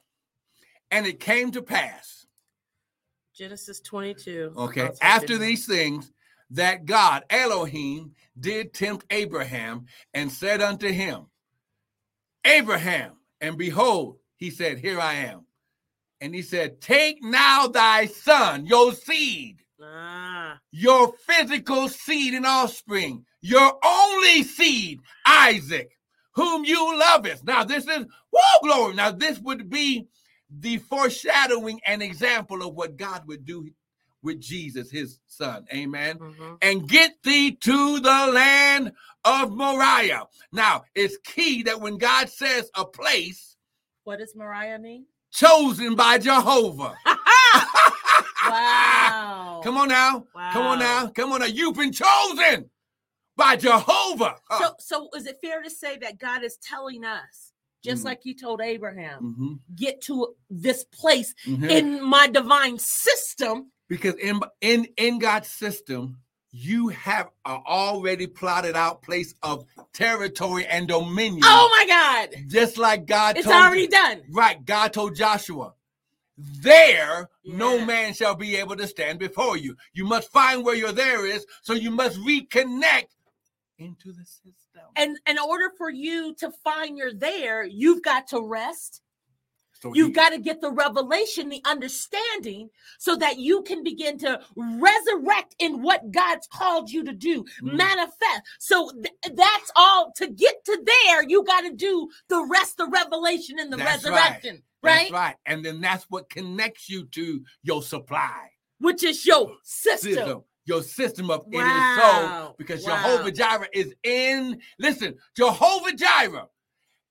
Speaker 2: And it came to pass,
Speaker 1: Genesis Oh, 22.
Speaker 2: okay,
Speaker 1: I'll type
Speaker 2: after
Speaker 1: it in.
Speaker 2: these things, that God Elohim did tempt Abraham and said unto him, Abraham, and behold, he said, Here I am. And he said, Take now thy son, your seed,
Speaker 1: Ah,
Speaker 2: your physical seed and offspring, your only seed, Isaac, whom you lovest. Now, this is, whoa, glory. Now, this would be the foreshadowing and example of what God would do with Jesus, his son. Amen.
Speaker 1: mhm.
Speaker 2: And get thee to the land of Moriah. Now, it's key that when God says a place
Speaker 1: What does Mariah mean?
Speaker 2: chosen by Jehovah.
Speaker 1: wow.
Speaker 2: Come on now. Come
Speaker 1: Wow.
Speaker 2: on now. Come on now. You've been chosen by Jehovah. Uh,
Speaker 1: So, so is it fair to say that God is telling us, just
Speaker 2: Mhm.
Speaker 1: like He told Abraham,
Speaker 2: mhm,
Speaker 1: get to this place
Speaker 2: mhm.
Speaker 1: in my divine system?
Speaker 2: because in in in God's system, you have a already plotted out place of territory and dominion.
Speaker 1: Oh my God,
Speaker 2: just like God
Speaker 1: it's
Speaker 2: told
Speaker 1: already done.
Speaker 2: right. God told Joshua, there
Speaker 1: Yeah.
Speaker 2: no man shall be able to stand before you. You must find where your there is, so you must reconnect into the system.
Speaker 1: And in order for you to find you're there, you've got to rest.
Speaker 2: So
Speaker 1: You've
Speaker 2: he-
Speaker 1: got to get the revelation, the understanding, so that you can begin to resurrect in what God's called you to do,
Speaker 2: Mhm.
Speaker 1: manifest. So th- that's all. To get to there, you got to do the rest, the revelation, and the
Speaker 2: That's right.
Speaker 1: resurrection, right?
Speaker 2: That's right. And then that's what connects you to your supply
Speaker 1: Which is your system.
Speaker 2: system, your system of it is so.
Speaker 1: Wow.
Speaker 2: Because
Speaker 1: Wow.
Speaker 2: Jehovah Jireh is in, listen, Jehovah Jireh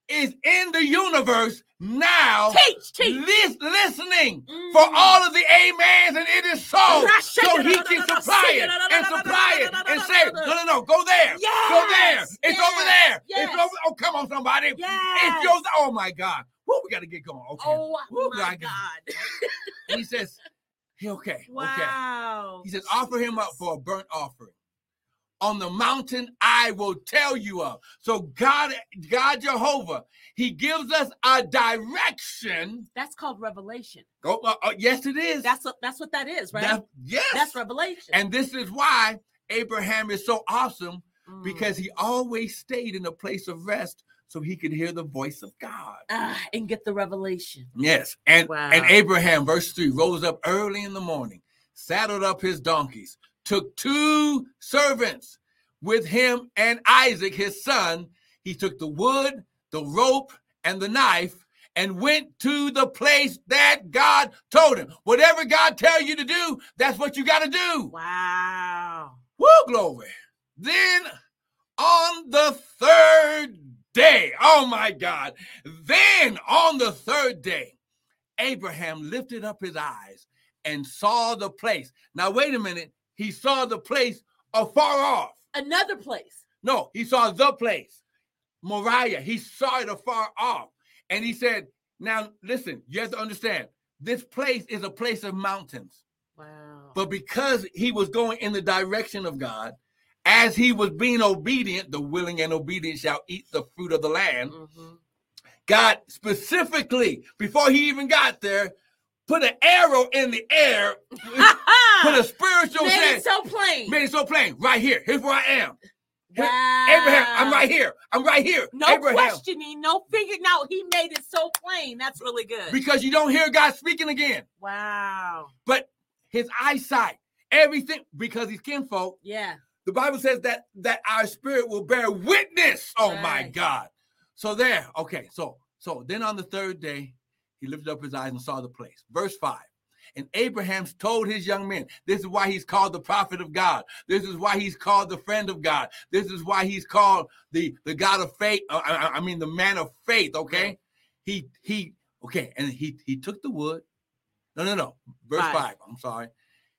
Speaker 2: is in the universe now,
Speaker 1: Teach, teach. Mm.
Speaker 2: lis- listening for all of the amens and it is so. So he can supply it and supply it and say, no, no, no, go there. Go there.
Speaker 1: Yes,
Speaker 2: It's over
Speaker 1: yes,
Speaker 2: there.
Speaker 1: yes.
Speaker 2: It's over. Oh, come on, somebody. It's
Speaker 1: Yes.
Speaker 2: yours. Oh, my God. Woo, we got to get going. Okay.
Speaker 1: Oh
Speaker 2: Woo,
Speaker 1: my
Speaker 2: God.
Speaker 1: God.
Speaker 2: And he says, he okay, okay.
Speaker 1: Wow.
Speaker 2: He says, offer him up for a burnt offering. On the mountain I will tell you of. So God, God Jehovah, He gives us a direction.
Speaker 1: That's called revelation.
Speaker 2: Go, uh, uh, yes, it is.
Speaker 1: That's what that's what that is, right?
Speaker 2: That- yes.
Speaker 1: That's revelation.
Speaker 2: And this is why Abraham is so awesome
Speaker 1: Mm.
Speaker 2: because he always stayed in a place of rest so he could hear the voice of God.
Speaker 1: Ah, and get the revelation.
Speaker 2: Yes. And and
Speaker 1: Wow.
Speaker 2: Abraham, verse 3, rose up early in the morning, saddled up his donkeys, took two servants with him and Isaac, his son. He took the wood, the rope, and the knife, and went to the place that God told him. Whatever God tell you to do, that's what you got to do.
Speaker 1: Wow.
Speaker 2: Woo, glory. Then on the third day, oh my God, then on the third day, Abraham lifted up his eyes and saw the place. Now, wait a minute. He saw the place afar off.
Speaker 1: Another place.
Speaker 2: No, he saw the place, Moriah. He saw it afar off. And he said, Now, listen, you have to understand this place is a place of mountains.
Speaker 1: Wow.
Speaker 2: But because he was going in the direction of God, as he was being obedient, the willing and obedient shall eat the fruit of the land.
Speaker 1: Mhm.
Speaker 2: God specifically, before he even got there, put an arrow in the air, put a spiritual
Speaker 1: Made it
Speaker 2: sense,
Speaker 1: so plain.
Speaker 2: made it so plain. Right here, here's where I am.
Speaker 1: wow.
Speaker 2: Abraham, I'm right here. I'm right here.
Speaker 1: Ah. No
Speaker 2: Abraham.
Speaker 1: questioning, no figuring out. He made it so plain. That's really good.
Speaker 2: Because you don't hear God speaking again.
Speaker 1: wow.
Speaker 2: But his eyesight, everything, because he's kinfolk,
Speaker 1: Yeah.
Speaker 2: The Bible says that that our spirit will bear witness. Oh my
Speaker 1: Right.
Speaker 2: God. So there. Okay. So so then on the third day, he lifted up his eyes and saw the place. Verse 5. And Abraham told his young men, this is why he's called the prophet of God. This is why he's called the friend of God. This is why he's called the the God of faith. uh, I, I- I mean the man of faith, okay?
Speaker 1: Right.
Speaker 2: He he okay, and he he took the wood. No, no, no. Verse
Speaker 1: Five.
Speaker 2: 5. I'm sorry.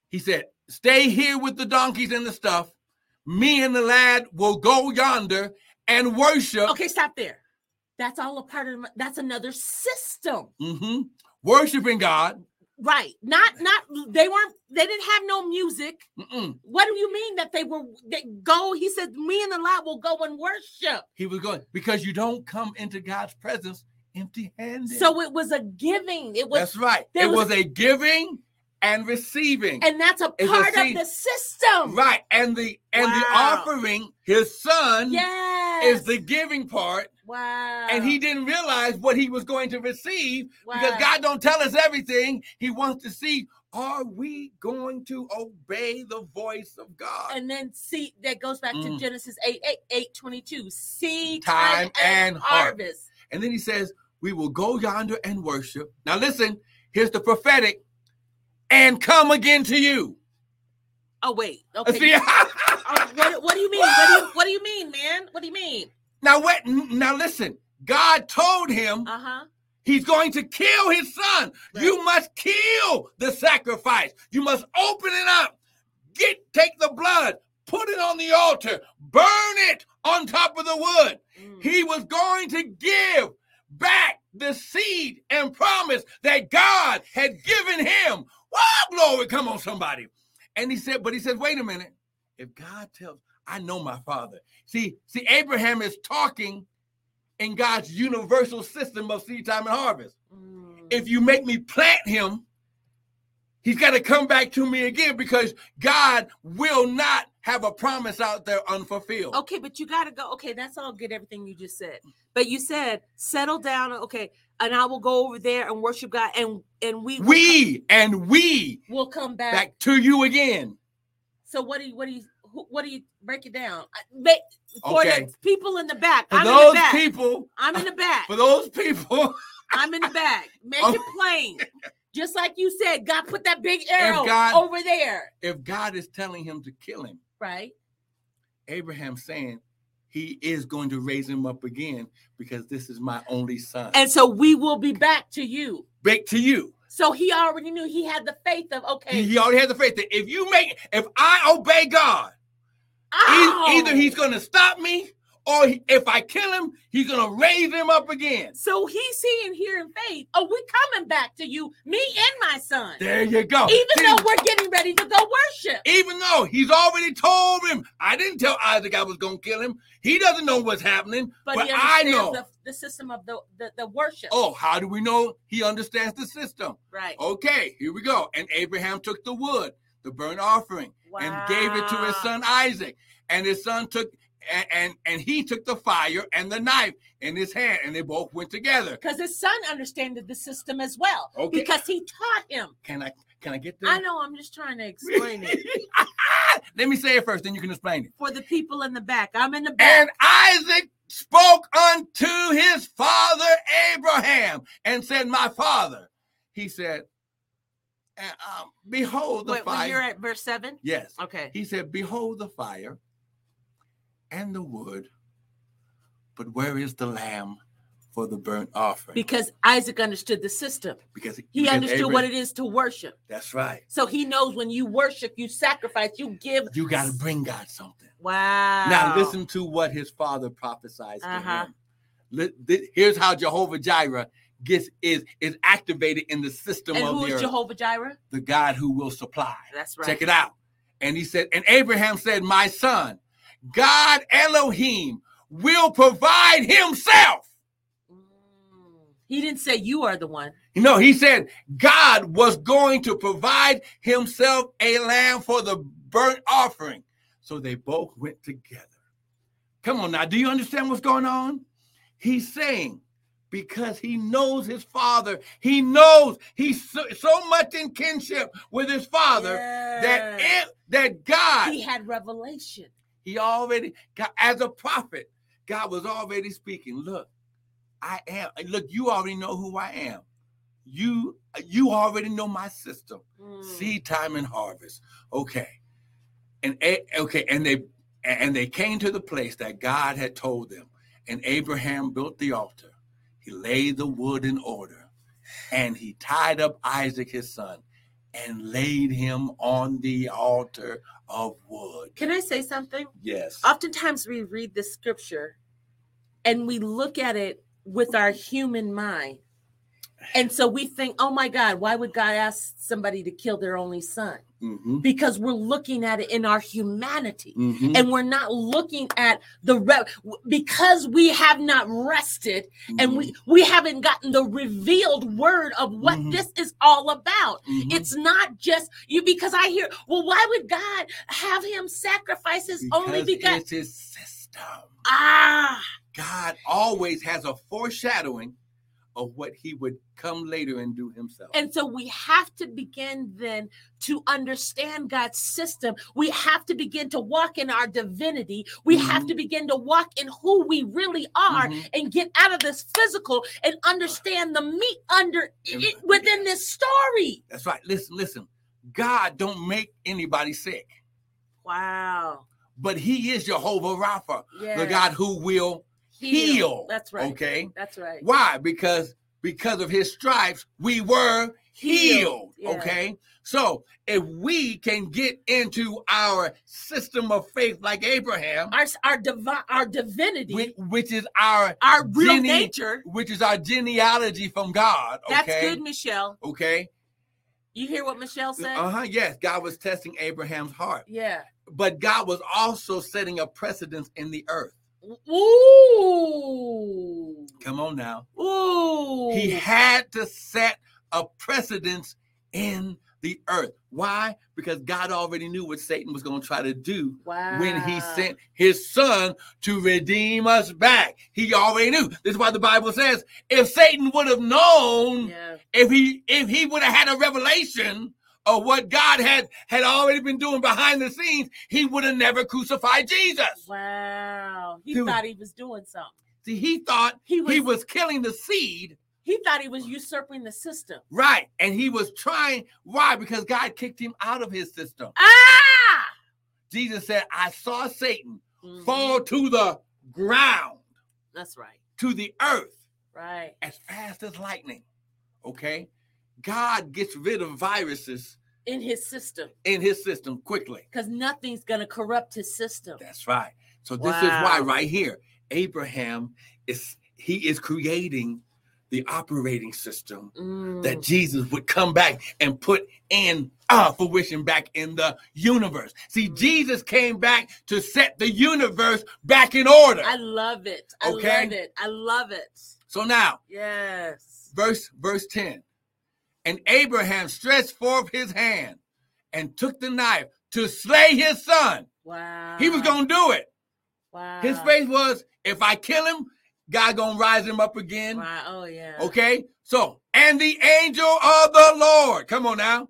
Speaker 2: He said, "Stay here with the donkeys and the stuff. Me and the lad will go yonder and worship.
Speaker 1: Okay, stop there. That's all a part of my- that's another system.
Speaker 2: hmm Worshiping God.
Speaker 1: Right. Not not they weren't they didn't have no music.
Speaker 2: Mm-mm.
Speaker 1: What do you mean that they were they go? He said, Me and the lad will go and worship.
Speaker 2: He was going because you don't come into God's presence empty-handed.
Speaker 1: So it was a giving. It was
Speaker 2: that's right.
Speaker 1: there
Speaker 2: It was,
Speaker 1: was-
Speaker 2: a giving and receiving.
Speaker 1: and that's a
Speaker 2: It's a
Speaker 1: part
Speaker 2: seed.
Speaker 1: of the system.
Speaker 2: right, and the and the
Speaker 1: Wow.
Speaker 2: offering, his son
Speaker 1: Yes. Uh.
Speaker 2: is the giving part,
Speaker 1: Wow.
Speaker 2: and he didn't realize what he was going to receive because God don't tell us everything. He wants to see are we going to obey the voice of God?
Speaker 1: and then see that goes back to
Speaker 2: Mm.
Speaker 1: Genesis 8, 8, 8 22. See
Speaker 2: Time and harvest.
Speaker 1: harvest.
Speaker 2: And then he says, "We will go yonder and worship." Now listen, here's the prophetic, and come again to you.
Speaker 1: Oh wait. Okay.
Speaker 2: See,
Speaker 1: Oh, what, what do you mean? What do you, what do you mean, man? What do you mean?
Speaker 2: now what? Now listen. God told him
Speaker 1: Uh huh.
Speaker 2: he's going to kill his son.
Speaker 1: Right.
Speaker 2: You must kill the sacrifice. You must open it up. Get take the blood, put it on the altar, burn it on top of the wood.
Speaker 1: Mm,
Speaker 2: He was going to give back the seed and promise that God had given him. Wow, glory. Come on, somebody. And he said, but he says, wait a minute. If God tells, I know my father. See, see, Abraham is talking in God's universal system of seed time and harvest.
Speaker 1: mm.
Speaker 2: If you make me plant him, he's got to come back to me again because God will not have a promise out there unfulfilled.
Speaker 1: okay, but you gotta go. Okay, that's all good. Everything you just said, but you said settle down. Okay, and I will go over there and worship God, and and we will
Speaker 2: We and we
Speaker 1: co- will come back.
Speaker 2: back to you agagen.
Speaker 1: So what do you what do you who- what do you break it down I- they, for
Speaker 2: Okay.
Speaker 1: the people in the back?
Speaker 2: For
Speaker 1: I'm in the
Speaker 2: those
Speaker 1: back.
Speaker 2: people,
Speaker 1: I'm in the back.
Speaker 2: for those people,
Speaker 1: I'm in the back. Make
Speaker 2: Oh.
Speaker 1: it plain. Just like you said, God put that big arrow
Speaker 2: God-
Speaker 1: over there,
Speaker 2: if God is telling him to kill him,
Speaker 1: right?
Speaker 2: Abraham saying he is going to raise him up again because this is my only son.
Speaker 1: And so we will be back to you.
Speaker 2: back to you.
Speaker 1: So he already knew he had the faith of okay.
Speaker 2: He, he already has the faith that if you make, if I obey God, e-
Speaker 1: Ow!
Speaker 2: either he's going to stop me or he- if I kill him, he's going to raise him up again.
Speaker 1: So he's seeing here in faith. Oh, we're coming back to you, me and my son.
Speaker 2: There you go.
Speaker 1: Even
Speaker 2: See,
Speaker 1: though we're getting ready to go worship.
Speaker 2: even though he's already told him, I didn't tell Isaac I was going to kill him. He doesn't know what's happening,
Speaker 1: But,
Speaker 2: but,
Speaker 1: he
Speaker 2: I
Speaker 1: understands
Speaker 2: know.
Speaker 1: the, the system of the, the, the worship.
Speaker 2: Oh, how do we know he understands the system?
Speaker 1: right.
Speaker 2: Okay, here we go. And Abraham took the wood, the burnt offering, and gave it to his
Speaker 1: Wow.
Speaker 2: son Isaac. And his son took and, and and he took the fire and the knife in his hand, and they both went together.
Speaker 1: Because his son understood the system as well.
Speaker 2: Okay.
Speaker 1: Because he taught him.
Speaker 2: Can I can I get
Speaker 1: I
Speaker 2: this?
Speaker 1: know I'm just trying to explain it
Speaker 2: Let me say it first, then you can explain it.
Speaker 1: for the people in the back. I'm in the back.
Speaker 2: And Isaac spoke unto his father Abraham and said, My father. He said, "Uh, um, Behold the
Speaker 1: Wait, well,
Speaker 2: fire.
Speaker 1: you're at verse seven.
Speaker 2: yes.
Speaker 1: Okay.
Speaker 2: He said, Behold the fire and the wood, but where is the lamb for the burnt offering?
Speaker 1: Because Isaac understood the system.
Speaker 2: because
Speaker 1: He understood what it is to worship.
Speaker 2: That's right.
Speaker 1: So he knows when you worship, you sacrifice, you give.
Speaker 2: You got to bring God something.
Speaker 1: Wow.
Speaker 2: Now, listen to what his father prophesies
Speaker 1: Uh-huh.
Speaker 2: to him. Li- thi- Here's how Jehovah Jireh gets is is activated in the system
Speaker 1: And
Speaker 2: of
Speaker 1: who
Speaker 2: the,
Speaker 1: is
Speaker 2: earth.
Speaker 1: Jehovah Jireh?
Speaker 2: the God who will supply.
Speaker 1: That's right.
Speaker 2: Check it out. And he said, and Abraham said, My son, God Elohim will provide himself.
Speaker 1: Mm. He didn't say you are the one.
Speaker 2: You know, he said God was going to provide himself a lamb for the burnt offering. So they both went together. Come on now, do you understand what's going on? He's saying, because he knows his father, he knows he's so, so much in kinship with his father that
Speaker 1: Yes.
Speaker 2: if that God
Speaker 1: he had revelation.
Speaker 2: he already got as a prophet, God was already speaking. Look, I am. Look, you already know who I am. You you already know my system.
Speaker 1: Mm.
Speaker 2: Seed time and harvest. Okay. And A- okay, and they and they came to the place that God had told them. And Abraham built the altar. He laid the wood in order, and he tied up Isaac his son and laid him on the altar of wood.
Speaker 1: Can I say something?
Speaker 2: Yes.
Speaker 1: Uh, Oftentimes we read the scripture and we look at it with our human mind. And so we think, oh my God, why would God ask somebody to kill their only son?
Speaker 2: Mm-hmm.
Speaker 1: Because we're looking at it in our humanity.
Speaker 2: Mm-hmm.
Speaker 1: and we're not looking at the re- because we have not rested and we we haven't gotten the revealed word of what
Speaker 2: Mhm.
Speaker 1: this is all about
Speaker 2: mm-hmm,
Speaker 1: it's not just you because i hear well why would god have him sacrifice his only begotten
Speaker 2: it's his system.
Speaker 1: ah
Speaker 2: God always has a foreshadowing of what he would come later and do himself.
Speaker 1: And so we have to begin then to understand God's system. We have to begin to walk in our divinity. We
Speaker 2: Mhm.
Speaker 1: have to begin to walk in who we really are
Speaker 2: Mhm.
Speaker 1: and get out of this physical and understand the meat under it, within this story.
Speaker 2: That's right. Listen, listen. God don't make anybody sick,
Speaker 1: Wow.
Speaker 2: but he is Jehovah Rapha,
Speaker 1: Yeah.
Speaker 2: the God who will heal.
Speaker 1: Heal. That's right.
Speaker 2: Okay.
Speaker 1: That's right.
Speaker 2: Why? Because because of his stripes, we were healed.
Speaker 1: Yeah.
Speaker 2: Okay. So if we can get into our system of faith like Abraham,
Speaker 1: Our our divi- our divinity,
Speaker 2: which, which is our
Speaker 1: our real
Speaker 2: Jenny-
Speaker 1: nature.
Speaker 2: which is our genealogy from God. Okay.
Speaker 1: That's good, Michelle.
Speaker 2: Okay.
Speaker 1: You hear what Michelle said?
Speaker 2: Uh huh. Yes, God was testing Abraham's heart,
Speaker 1: Yeah.
Speaker 2: but God was also setting a precedence in the earth.
Speaker 1: Ooh.
Speaker 2: Come on now.
Speaker 1: Ooh.
Speaker 2: He had to set a precedence in the earth. Why? Because God already knew what Satan was going to try to do
Speaker 1: wow.
Speaker 2: when he sent his son to redeem us back. He already knew. This is why the Bible says, if Satan would have known,
Speaker 1: Yeah.
Speaker 2: if he if he would have had a revelation of what God had had already been doing behind the scenes, he would have never crucified Jesus.
Speaker 1: Wow. He
Speaker 2: Dude.
Speaker 1: thought he was doing something.
Speaker 2: See, he thought
Speaker 1: He was
Speaker 2: he
Speaker 1: he,
Speaker 2: was killing the seed
Speaker 1: thought he was usurping the system.
Speaker 2: Right. And he was trying. Why? Because God kicked him out of his system.
Speaker 1: Ah!
Speaker 2: Jesus said, I saw Satan
Speaker 1: Mhm.
Speaker 2: fall to the ground,
Speaker 1: That's right.
Speaker 2: to the earth
Speaker 1: Right.
Speaker 2: as fast as lightning. Okay. God gets rid of viruses
Speaker 1: In his system.
Speaker 2: in his system quickly.
Speaker 1: Because nothing's gonna corrupt his system.
Speaker 2: That's right. So this is why,
Speaker 1: Wow.
Speaker 2: right here, Abraham is he is creating the operating system that
Speaker 1: Mm.
Speaker 2: Jesus would come back and put in uh, fruition back in the universe. See,
Speaker 1: Mm.
Speaker 2: Jesus came back to set the universe back in order.
Speaker 1: I love it. I
Speaker 2: Okay.
Speaker 1: love it. I love it.
Speaker 2: So now,
Speaker 1: Yes.
Speaker 2: verse verse 10. And Abraham stretched forth his hand and took the knife to slay his son.
Speaker 1: Wow.
Speaker 2: He was going to do it.
Speaker 1: wow.
Speaker 2: His faith was, if I kill him, God going to rise him up again.
Speaker 1: Wow. Oh yeah.
Speaker 2: Okay, so and the angel of the Lord, come on now.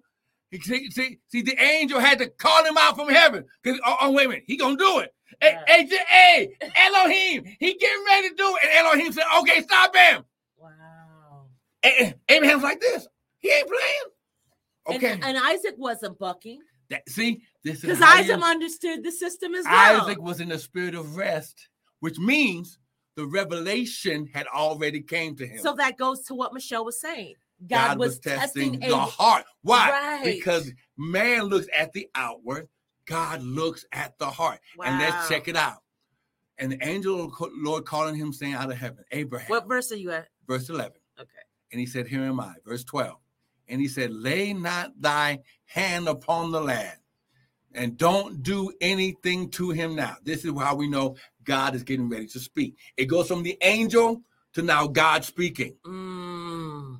Speaker 2: You See, see, see, the angel had to call him out from heaven. Cause oh, oh, wait a minute, he gonna do it. Hey,
Speaker 1: Yeah.
Speaker 2: hey, j- hey, Elohim, he getting ready to do it. And Elohim said, "Okay, stop him."
Speaker 1: Wow.
Speaker 2: And, and Abraham's like this. He ain't playing. Okay,
Speaker 1: And, and Isaac wasn't bucking
Speaker 2: That- see, this is
Speaker 1: because
Speaker 2: how
Speaker 1: Isaac
Speaker 2: you-
Speaker 1: understood the system as well.
Speaker 2: Isaac was in a spirit of rest, which means the revelation had already came to him.
Speaker 1: So that goes to what Michelle was saying. God,
Speaker 2: God, was, testing, the heart. Why?
Speaker 1: right.
Speaker 2: Because man looks at the outward, God looks at the heart. And let's
Speaker 1: Wow.
Speaker 2: check it out. And the angel of the Lord calling him, saying out of heaven, Abraham,
Speaker 1: What verse are you at?
Speaker 2: verse 11.
Speaker 1: Okay.
Speaker 2: And he said, Here am I, verse 12. And he said, Lay not thy hand upon the lad and don't do anything to him now. This is how we know God is getting ready to speak. It goes from the angel to now God speaking.
Speaker 1: Mm,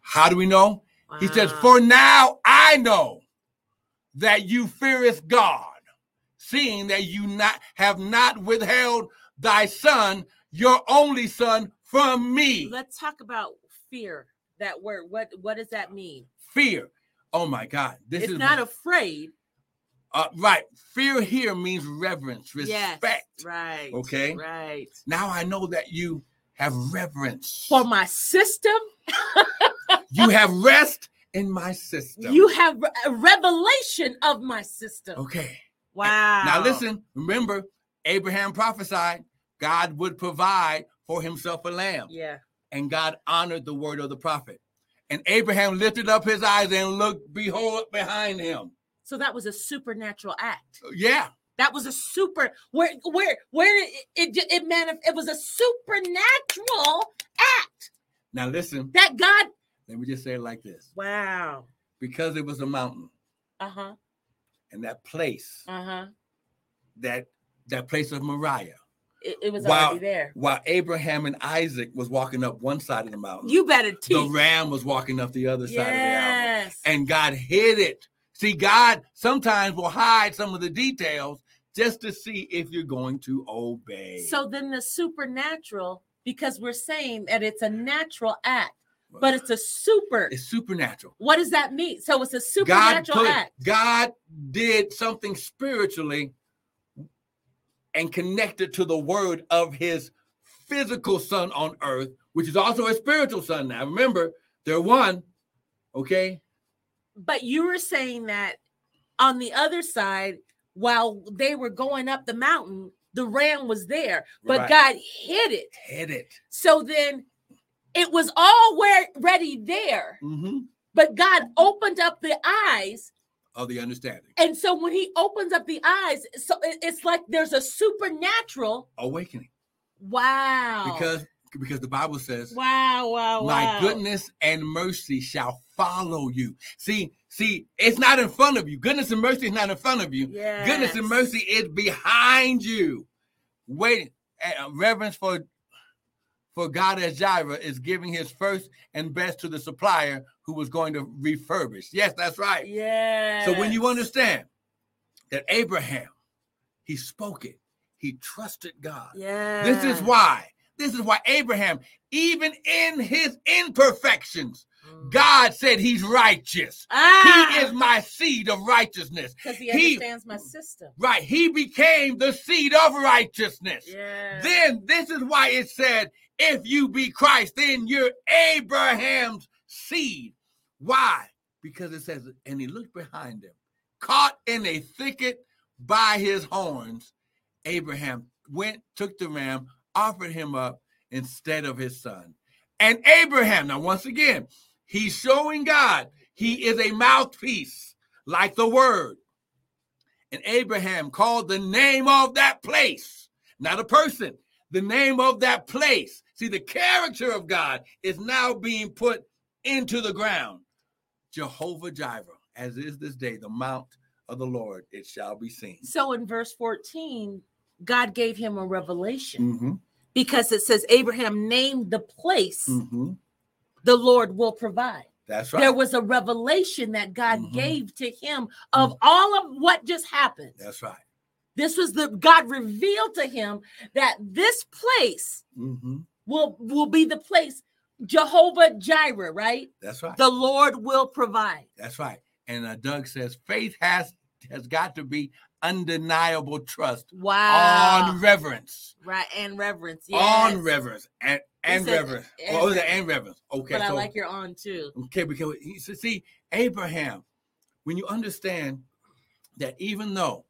Speaker 2: How do we know? He says,
Speaker 1: wow.
Speaker 2: For now I know that you feareth God, seeing that you not have not withheld thy son, your only son, from me.
Speaker 1: Let's talk about fear. That word. What What does that mean?
Speaker 2: Fear. Oh my God. This
Speaker 1: it's
Speaker 2: is
Speaker 1: not afraid.
Speaker 2: uh, right. Fear here means reverence, respect.
Speaker 1: Yes. Right.
Speaker 2: Okay.
Speaker 1: Right.
Speaker 2: Now I know that you have reverence.
Speaker 1: For my system,
Speaker 2: you have rest in my system.
Speaker 1: you have re- a revelation of my system.
Speaker 2: okay.
Speaker 1: Wow.
Speaker 2: Now listen, remember, Abraham prophesied God would provide for himself a lamb,
Speaker 1: Yeah.
Speaker 2: and God honored the word of the prophet. And Abraham lifted up his eyes and looked, behold, behind him.
Speaker 1: So that was a supernatural act.
Speaker 2: Yeah,
Speaker 1: That was a super where where where it it, ju- it man it was a supernatural act
Speaker 2: now listen,
Speaker 1: that God.
Speaker 2: let me just say it like this
Speaker 1: Wow.
Speaker 2: because it was a mountain,
Speaker 1: Uh huh.
Speaker 2: and that place,
Speaker 1: Uh huh.
Speaker 2: that that place of Moriah,
Speaker 1: It, it was
Speaker 2: Wow.
Speaker 1: already there.
Speaker 2: while Abraham and Isaac was walking up one side of the mountain,
Speaker 1: You better
Speaker 2: the
Speaker 1: teach.
Speaker 2: ram was walking up the other side of the mountain.
Speaker 1: yes.
Speaker 2: and God hid it. See, God sometimes will hide some of the details just to see if you're going to obey.
Speaker 1: So then the supernatural, because we're saying that it's a natural act, but it's a super.
Speaker 2: it's supernatural.
Speaker 1: what does that mean? So it's a
Speaker 2: God
Speaker 1: supernatural
Speaker 2: put,
Speaker 1: act.
Speaker 2: God did something spiritually and connected to the word of his physical son on earth, which is also a spiritual son. Now remember, they're one. Okay.
Speaker 1: But you were saying that on the other side, while they were going up the mountain, the ram was there, but
Speaker 2: Right.
Speaker 1: God hid it.
Speaker 2: Hit it.
Speaker 1: So then it was already there,
Speaker 2: Mhm.
Speaker 1: but God opened up the eyes.
Speaker 2: Of the understanding.
Speaker 1: And so when he opens up the eyes, so it- it's like there's a supernatural.
Speaker 2: Awakening.
Speaker 1: Wow.
Speaker 2: Because because the Bible says
Speaker 1: wow, wow, wow.
Speaker 2: My goodness and mercy shall follow you. See, see, it's not in front of you. Goodness and mercy is not in front of you.
Speaker 1: Yes.
Speaker 2: Goodness and mercy is behind you. Waiting. Uh, reverence for for God as Jireh is giving his first and best to the supplier who was going to refurbish. Yes, that's right.
Speaker 1: Yeah.
Speaker 2: So when you understand that Abraham, he spoke it, he trusted God.
Speaker 1: Yeah.
Speaker 2: This is why. This is why Abraham, even in his imperfections, God said he's righteous.
Speaker 1: Mm. Ah,
Speaker 2: He is my seed of righteousness.
Speaker 1: because he
Speaker 2: he-
Speaker 1: understands my system.
Speaker 2: Right. He became the seed of righteousness.
Speaker 1: Yeah.
Speaker 2: Then this is why it said, if you be Christ, then you're Abraham's seed. Why? Because it says, and he looked behind him, caught in a thicket by his horns. Abraham went, took the ram, offered him up instead of his son. And Abraham, now once again, he's showing God he is a mouthpiece, like the word. And Abraham called the name of that place not a person, the name of that place. See, the character of God is now being put into the ground. Jehovah Jireh, as is this day, the mount of the Lord, it shall be seen.
Speaker 1: so in verse 14, God gave him a revelation
Speaker 2: Mm-hmm,
Speaker 1: because it says Abraham named the place
Speaker 2: mm-hmm.
Speaker 1: the Lord will provide.
Speaker 2: That's
Speaker 1: There
Speaker 2: right.
Speaker 1: was a revelation that God
Speaker 2: Mhm.
Speaker 1: gave to him of all of what just happened.
Speaker 2: That's right.
Speaker 1: This was the God revealed to him that this place
Speaker 2: Mm-hmm.
Speaker 1: will will be the place Jehovah Jireh, right?
Speaker 2: That's right.
Speaker 1: The Lord will provide.
Speaker 2: That's right. And uh, Doug says faith has has got to be undeniable trust
Speaker 1: Wow.
Speaker 2: on reverence,
Speaker 1: right and reverence.
Speaker 2: on
Speaker 1: Ah. yes.
Speaker 2: reverence, and and
Speaker 1: said
Speaker 2: reverence.
Speaker 1: and
Speaker 2: oh, yeah, and reverence. Okay,
Speaker 1: but I
Speaker 2: so
Speaker 1: like your on too.
Speaker 2: Okay, because he said, see, Abraham, when you understand that even though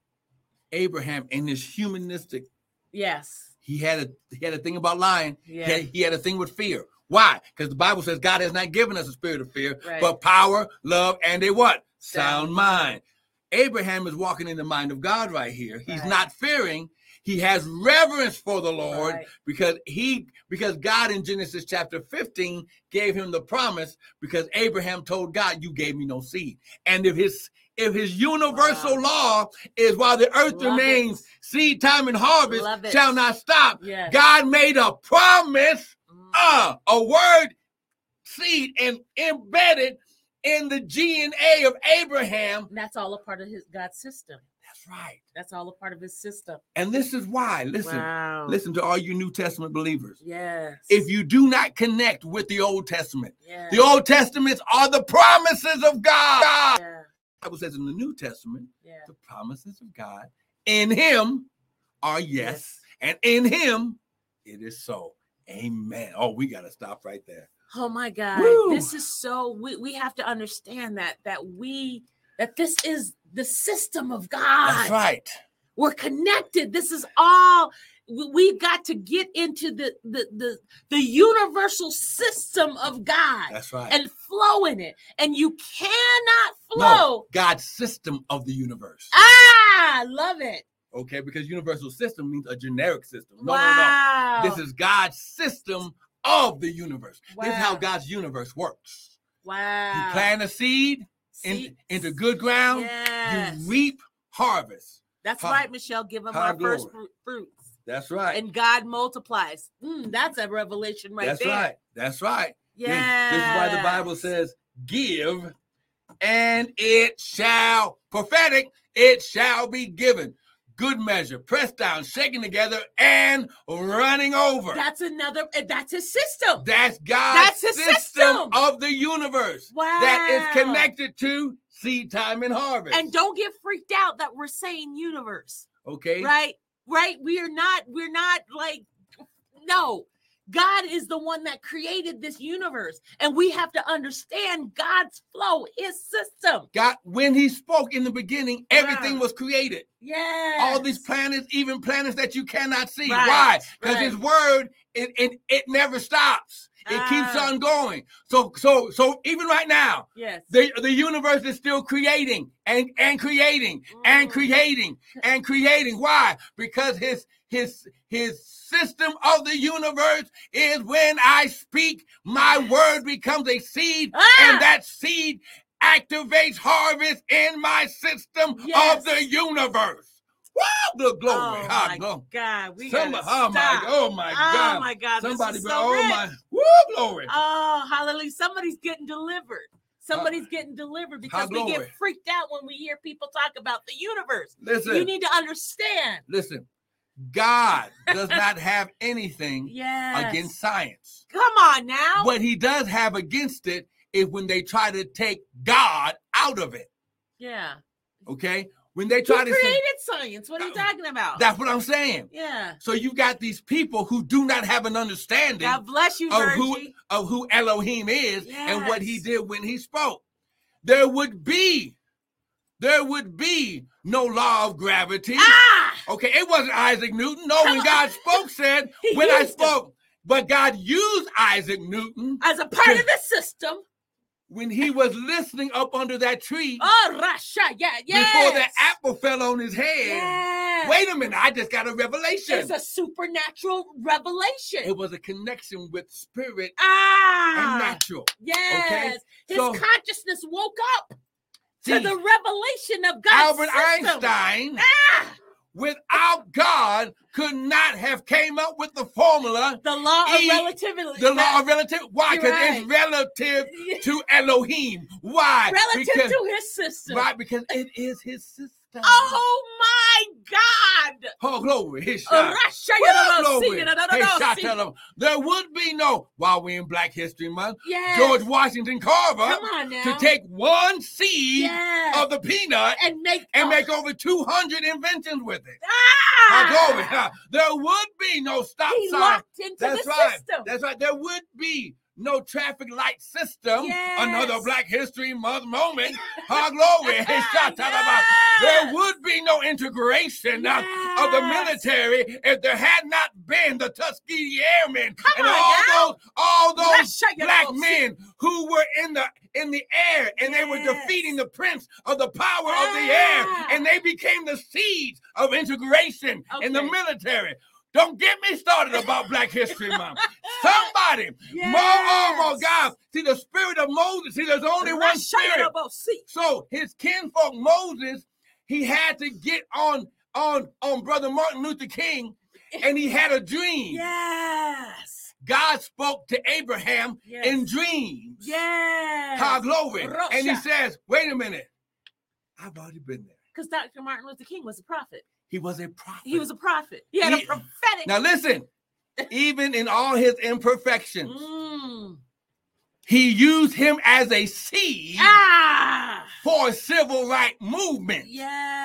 Speaker 2: Abraham in his humanistic,
Speaker 1: Yes.
Speaker 2: he had a he had a thing about lying,
Speaker 1: Yeah.
Speaker 2: he, had, he had a thing with fear. Why? Because the Bible says God has not given us a spirit of fear,
Speaker 1: Right.
Speaker 2: but power, love, and a what? Sound,
Speaker 1: Sound
Speaker 2: mind. Abraham is walking in the mind of God right here. He's
Speaker 1: Right.
Speaker 2: not fearing. He has reverence for the Lord
Speaker 1: Right.
Speaker 2: because he because God in Genesis chapter 15 gave him the promise because Abraham told God you gave me no seed and if his if his universal law is while the earth
Speaker 1: Love
Speaker 2: remains
Speaker 1: it.
Speaker 2: seed time and harvest
Speaker 1: Love it.
Speaker 2: shall not stop
Speaker 1: Yes.
Speaker 2: God made a promise
Speaker 1: Mm.
Speaker 2: uh, a word seed and embedded in the DNA of Abraham
Speaker 1: And that's all a part of his God's system.
Speaker 2: that's right
Speaker 1: That's all a part of his system.
Speaker 2: and this is why listen
Speaker 1: wow.
Speaker 2: listen to all you New Testament believers
Speaker 1: Yes.
Speaker 2: if you do not connect with the Old Testament.
Speaker 1: yeah.
Speaker 2: The Old Testaments are the promises of God. The
Speaker 1: yeah.
Speaker 2: Bible says in the New Testament,
Speaker 1: Yeah.
Speaker 2: the promises of God in Him are yes, and in Him it is so. Amen. Oh, we got to stop right there.
Speaker 1: Oh my God.
Speaker 2: Woo.
Speaker 1: This is so we, we have to understand that that we that this is the system of God.
Speaker 2: That's right.
Speaker 1: We're connected. This is all we- we've got to get into the the the, the universal system of God
Speaker 2: That's right.
Speaker 1: and flow in it. And you cannot flow.
Speaker 2: no, God's system of the universe.
Speaker 1: Ah, love it.
Speaker 2: Okay, because universal system means a generic system. No,
Speaker 1: wow.
Speaker 2: no, no. This is God's system of the universe. This is how
Speaker 1: Wow.
Speaker 2: God's universe works.
Speaker 1: wow.
Speaker 2: You plant a seed in,
Speaker 1: See-
Speaker 2: into good ground,
Speaker 1: Yes.
Speaker 2: you reap harvest.
Speaker 1: That's
Speaker 2: Huh.
Speaker 1: right, Michelle. Give them
Speaker 2: Huh,
Speaker 1: our first
Speaker 2: glory.
Speaker 1: fruit, fruits.
Speaker 2: That's right.
Speaker 1: And God multiplies. Mm, that's a revelation right
Speaker 2: That's
Speaker 1: there.
Speaker 2: right. That's right.
Speaker 1: Yeah.
Speaker 2: This, this is why the Bible says, give and it shall, prophetic, it shall be given. good measure, pressed down, shaken together, and running over.
Speaker 1: That's another. eh, That's his system.
Speaker 2: That's God's
Speaker 1: That's his
Speaker 2: system,
Speaker 1: system.
Speaker 2: of the universe
Speaker 1: Wow.
Speaker 2: that is connected to seed time and harvest.
Speaker 1: And don't get freaked out that we're saying universe,
Speaker 2: okay,
Speaker 1: right? Right? We are not. We're not like no. God is the one that created this universe, and we have to understand God's flow, His system.
Speaker 2: God, when He spoke in the beginning, everything
Speaker 1: Wow.
Speaker 2: was created.
Speaker 1: Yeah.
Speaker 2: All these planets, even planets that you cannot see.
Speaker 1: Right,
Speaker 2: Why? Because
Speaker 1: right.
Speaker 2: His word, it, it it never stops. It keeps
Speaker 1: Ah.
Speaker 2: on going. So so so even right now,
Speaker 1: Yes.
Speaker 2: the, the universe is still creating and, and creating and
Speaker 1: Mm.
Speaker 2: creating and creating. Why? Because his his his system of the universe is when I speak, my
Speaker 1: Yes.
Speaker 2: word becomes a seed,
Speaker 1: Ah!
Speaker 2: and that seed activates harvest in my system
Speaker 1: Yes.
Speaker 2: of the universe. Woo! The glory.
Speaker 1: Oh
Speaker 2: Ah,
Speaker 1: my
Speaker 2: glory.
Speaker 1: God, we
Speaker 2: Some-
Speaker 1: gotta
Speaker 2: oh my
Speaker 1: stop.
Speaker 2: oh my
Speaker 1: Oh
Speaker 2: god.
Speaker 1: my God, this
Speaker 2: Somebody
Speaker 1: is
Speaker 2: be-
Speaker 1: so
Speaker 2: oh
Speaker 1: rich.
Speaker 2: my woo glory.
Speaker 1: Oh, hallelujah. Somebody's getting delivered. Somebody's getting delivered because we get
Speaker 2: glory.
Speaker 1: freaked out when we hear people talk about the universe.
Speaker 2: Listen.
Speaker 1: You need to understand.
Speaker 2: Listen, God does not have anything
Speaker 1: Yes. Oh.
Speaker 2: against science.
Speaker 1: Come on now.
Speaker 2: What he does have against it is when they try to take God out of it.
Speaker 1: Yeah.
Speaker 2: Okay? When they
Speaker 1: He
Speaker 2: try to
Speaker 1: created
Speaker 2: say,
Speaker 1: science. What are you
Speaker 2: That-
Speaker 1: talking about?
Speaker 2: that's what I'm saying.
Speaker 1: yeah.
Speaker 2: So you've got these people who do not have an understanding
Speaker 1: God bless you,
Speaker 2: of who-
Speaker 1: Virgie.
Speaker 2: of who Elohim is and what he
Speaker 1: Yes.
Speaker 2: did when he spoke. There would be, there would be no law of gravity.
Speaker 1: Ah!
Speaker 2: Okay, it wasn't Isaac Newton. No, when
Speaker 1: Come on.
Speaker 2: God spoke, said,
Speaker 1: He
Speaker 2: when I
Speaker 1: used him.
Speaker 2: spoke, but God used Isaac Newton
Speaker 1: As a part of the system.
Speaker 2: when he was listening up under that tree
Speaker 1: Ah! Oh, Russia. Yeah. Yes.
Speaker 2: before the apple fell on his head.
Speaker 1: Yes.
Speaker 2: Wait a minute, I just got a revelation.
Speaker 1: It's a supernatural revelation.
Speaker 2: it was a connection with spirit
Speaker 1: ah.
Speaker 2: and natural.
Speaker 1: Yes. His
Speaker 2: So-
Speaker 1: consciousness woke up to
Speaker 2: See,
Speaker 1: the revelation of God's
Speaker 2: Albert
Speaker 1: system.
Speaker 2: Einstein,
Speaker 1: Ah,
Speaker 2: without God, could not have came up with the formula,
Speaker 1: the law
Speaker 2: E-
Speaker 1: of relativity.
Speaker 2: the law of relative. Why?
Speaker 1: You're
Speaker 2: Because
Speaker 1: right.
Speaker 2: it's relative
Speaker 1: relative
Speaker 2: to Elohim. Why? because,
Speaker 1: to his system.
Speaker 2: Right, because it is his system.
Speaker 1: Oh my God.
Speaker 2: Oh, glory. His shot.
Speaker 1: Russia, you
Speaker 2: Well,
Speaker 1: don't know,
Speaker 2: glory.
Speaker 1: see, you don't know,
Speaker 2: His
Speaker 1: don't
Speaker 2: shot,
Speaker 1: see.
Speaker 2: tell him. There would be no, while we're in Black History Month,
Speaker 1: Yes.
Speaker 2: George Washington Carver
Speaker 1: Come on now.
Speaker 2: to take one seed
Speaker 1: yes.
Speaker 2: of the peanut
Speaker 1: and make
Speaker 2: and
Speaker 1: oh,
Speaker 2: make over 200 inventions with it.
Speaker 1: ah,
Speaker 2: Now, glory. Now, There would be no stop
Speaker 1: He
Speaker 2: sign.
Speaker 1: locked into
Speaker 2: That's
Speaker 1: the
Speaker 2: right.
Speaker 1: system.
Speaker 2: That's right. There would be no traffic light system. Another
Speaker 1: Yes.
Speaker 2: Black History Month moment. Our glory. His shot, tell him. There
Speaker 1: Yes.
Speaker 2: would be no integration uh, of the
Speaker 1: Yes.
Speaker 2: military if there had not been the Tuskegee Airmen
Speaker 1: on
Speaker 2: and all
Speaker 1: now.
Speaker 2: those all those
Speaker 1: Russia, you
Speaker 2: black
Speaker 1: don't see.
Speaker 2: men who were in the in the air and they were
Speaker 1: Yes.
Speaker 2: defeating the prince of the power of the air
Speaker 1: Ah.
Speaker 2: and they became the seeds of integration in the
Speaker 1: Okay.
Speaker 2: military. Don't get me started about Black History Month. Somebody, more, oh my
Speaker 1: Yes.
Speaker 2: God. See, the spirit of Moses, see, there's only one
Speaker 1: Russia, you
Speaker 2: spirit.
Speaker 1: don't see.
Speaker 2: So his kinfolk Moses, he had to get on on on brother Martin Luther King, and he had a dream.
Speaker 1: Yes.
Speaker 2: God spoke to Abraham
Speaker 1: Yes.
Speaker 2: in dreams. How
Speaker 1: Yes.
Speaker 2: glory! And he
Speaker 1: Russia.
Speaker 2: says, "Wait a minute, I've already been there."
Speaker 1: Because Dr. Martin Luther King was a prophet.
Speaker 2: He was a prophet.
Speaker 1: He was a prophet. He had
Speaker 2: He-
Speaker 1: a prophetic.
Speaker 2: now listen. Even in all his imperfections,
Speaker 1: Mm.
Speaker 2: he used him as a seed
Speaker 1: Ah.
Speaker 2: for civil right movement.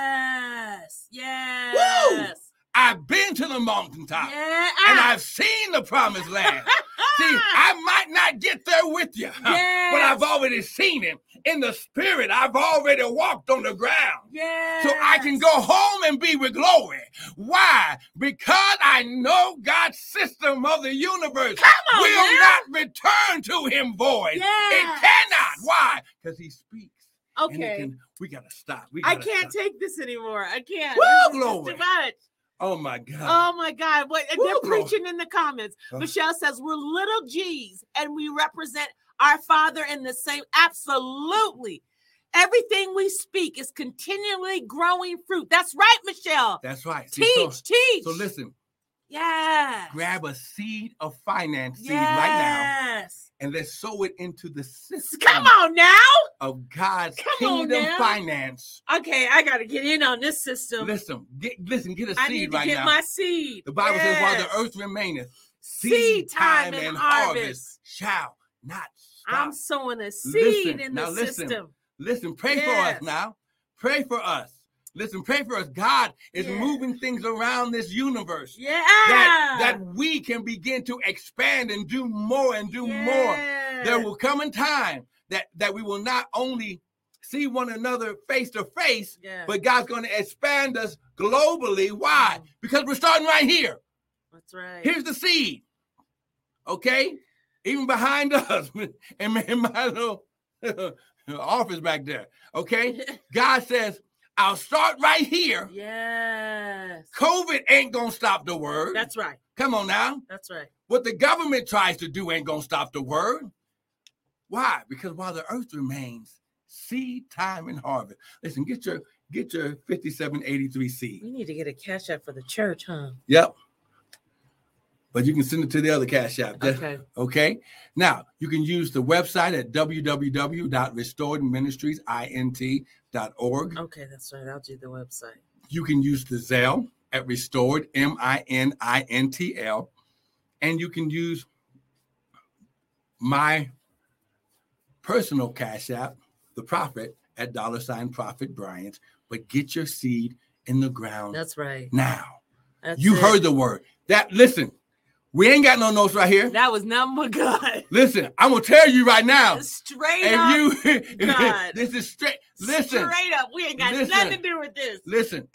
Speaker 1: Yes. Yes.
Speaker 2: I've been to the mountaintop.
Speaker 1: Yeah.
Speaker 2: and
Speaker 1: Ah.
Speaker 2: I've seen the promised land. See, I might not get there with you,
Speaker 1: Yes.
Speaker 2: but I've already seen it in the spirit. I've already walked on the ground.
Speaker 1: Yes.
Speaker 2: So I can go home and be with glory. Why? Because I know God's system of the universe
Speaker 1: Come on
Speaker 2: will
Speaker 1: now.
Speaker 2: not return to him void. It
Speaker 1: Yes.
Speaker 2: cannot. Why? Because he speaks. And it
Speaker 1: Okay.
Speaker 2: can- we gotta stop. We
Speaker 1: I
Speaker 2: gotta
Speaker 1: can't
Speaker 2: stop.
Speaker 1: take this anymore. I can't.
Speaker 2: Woo,
Speaker 1: This is
Speaker 2: glory.
Speaker 1: Too much.
Speaker 2: Oh my God.
Speaker 1: Oh my God. What and
Speaker 2: Woo,
Speaker 1: they're
Speaker 2: glory.
Speaker 1: preaching in the comments.
Speaker 2: Oh.
Speaker 1: Michelle says, We're little G's and we represent our father in the same. Absolutely. Everything we speak is continually growing fruit. That's right, Michelle.
Speaker 2: That's right. See, so-
Speaker 1: Teach, teach.
Speaker 2: so listen,
Speaker 1: Yes.
Speaker 2: Grab a seed of finance seed right now
Speaker 1: Yes.
Speaker 2: and let's sow it into the system
Speaker 1: Come on now.
Speaker 2: of God's
Speaker 1: Come on
Speaker 2: kingdom
Speaker 1: now.
Speaker 2: finance.
Speaker 1: Okay, I got to get in on this system.
Speaker 2: Listen, get listen, get a
Speaker 1: I
Speaker 2: seed
Speaker 1: need to
Speaker 2: right
Speaker 1: get
Speaker 2: now.
Speaker 1: my seed.
Speaker 2: the Bible says, while
Speaker 1: Yes.
Speaker 2: the earth remaineth,
Speaker 1: seed, time and, harvest.
Speaker 2: shall not stop.
Speaker 1: I'm sowing a seed
Speaker 2: Listen,
Speaker 1: in
Speaker 2: now
Speaker 1: the
Speaker 2: listen.
Speaker 1: system.
Speaker 2: Listen, pray for
Speaker 1: Yes.
Speaker 2: us now. Pray for us. Listen, pray for us. God is
Speaker 1: Yes.
Speaker 2: moving things around this universe
Speaker 1: Yeah.
Speaker 2: that, that we can begin to expand and do more and do more. There will come a time that, that we will not only see one another face to face,
Speaker 1: Yes.
Speaker 2: but God's going to expand us globally. Why?
Speaker 1: Mm.
Speaker 2: Because we're starting right here.
Speaker 1: Oh, That's right.
Speaker 2: Here's the seed. Okay? Even behind us in my, in my little office back there. Okay? God says, I'll start right here.
Speaker 1: yes.
Speaker 2: COVID ain't gonna stop the word.
Speaker 1: That's right.
Speaker 2: Come on now.
Speaker 1: That's right.
Speaker 2: What the government tries to do ain't gonna stop the word. Why? Because while the earth remains, seed time and harvest. Listen, get your get your 5783 seed.
Speaker 1: We need to get a cash app for the church, huh?
Speaker 2: Yep. But you can send it to the other cash app. That's-
Speaker 1: Okay.
Speaker 2: Okay. Now you can use the website at www.restoredministriesint.org.
Speaker 1: Okay, that's right. I'll do the website.
Speaker 2: You can use the Zelle at restored M I N I N T L, and you can use my personal cash app, the Prophet at dollar sign Prophet Bryant. But get your seed in the ground
Speaker 1: That's right.
Speaker 2: now.
Speaker 1: That's
Speaker 2: Oh. you
Speaker 1: it.
Speaker 2: heard the word. That listen, we ain't got no notes right here.
Speaker 1: that was number good.
Speaker 2: Listen, I'm gonna tell you right now.
Speaker 1: Straight up.
Speaker 2: And you,
Speaker 1: God.
Speaker 2: this is straight. Listen,
Speaker 1: Straight up. We ain't got
Speaker 2: Listen.
Speaker 1: nothing to do with this.
Speaker 2: listen.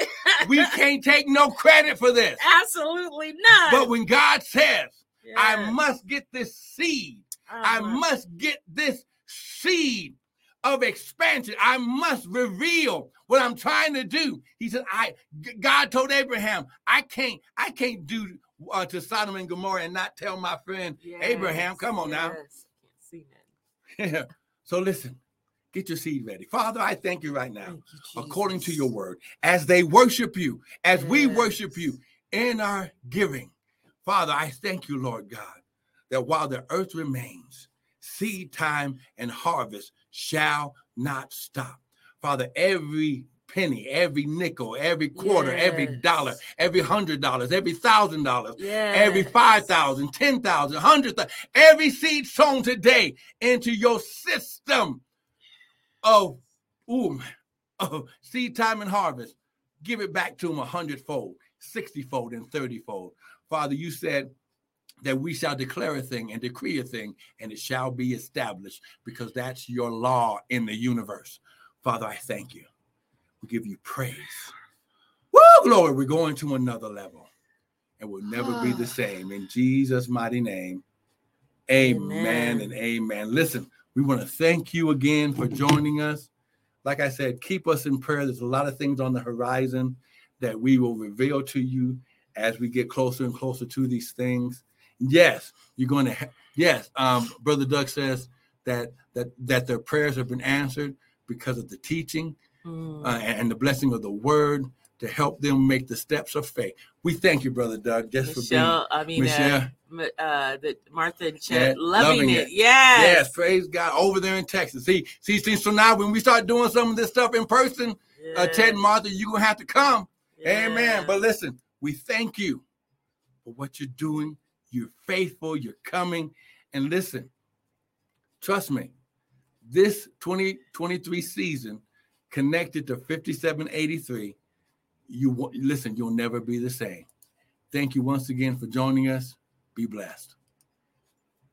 Speaker 2: We can't take no credit for this.
Speaker 1: Absolutely not.
Speaker 2: But when God says,
Speaker 1: Yes.
Speaker 2: "I must get this seed,"
Speaker 1: Oh,
Speaker 2: I
Speaker 1: my-
Speaker 2: must get this seed of expansion. I must reveal what I'm trying to do. He said, "I." G- God told Abraham, "I can't. I can't do uh, to Sodom and Gomorrah and not tell my friend Abraham.
Speaker 1: Yes,
Speaker 2: Come on now."
Speaker 1: yes. I can't see that.
Speaker 2: Yeah. So listen, get your seed ready. Father, I thank you right now,
Speaker 1: Thank you,
Speaker 2: according to
Speaker 1: Jesus.
Speaker 2: your word, as they worship you, as we
Speaker 1: Yes.
Speaker 2: worship you in our giving. Father, I thank you, Lord God, that while the earth remains, seed time and harvest shall not stop. Father, every penny, every nickel, every quarter, every
Speaker 1: Yes.
Speaker 2: dollar, every hundred dollars, every thousand dollars,
Speaker 1: Yes.
Speaker 2: every 5,000, 10,000, 100,000, every seed sown today into your system of, ooh, of seed time and harvest. Give it back to them a hundredfold, sixtyfold, and thirtyfold. Father, you said that we shall declare a thing and decree a thing, and it shall be established because that's your law in the universe. Father, I thank you. We give you praise. Woo, glory. We're going to another level and we'll never be the
Speaker 1: Ah.
Speaker 2: same. In Jesus' mighty name, amen,
Speaker 1: Amen.
Speaker 2: and amen. Listen, we want to thank you again for joining us. Like I said, keep us in prayer. There's a lot of things on the horizon that we will reveal to you as we get closer and closer to these things. Yes, you're going to. Ha- yes, um, brother Doug says that that that their prayers have been answered because of the teaching
Speaker 1: Mm.
Speaker 2: uh, and, and the blessing of the word to help them make the steps of faith. We thank you, brother Doug, just for being
Speaker 1: Michelle, I mean, uh,
Speaker 2: Michelle.
Speaker 1: M- uh, the Martha and Chet
Speaker 2: Yeah,
Speaker 1: loving,
Speaker 2: loving
Speaker 1: it.
Speaker 2: it. Yes,
Speaker 1: Yes.
Speaker 2: praise God over there in Texas. See, see, see. So now when we start doing some of this stuff in person, uh, Ted and Martha, you're gonna have to come. Amen. But listen, we thank you for what you're doing. You're faithful. You're coming. And listen, trust me, this 2023 season connected to 5783, you wa- listen, you'll never be the same. Thank you once again for joining us. Be blessed.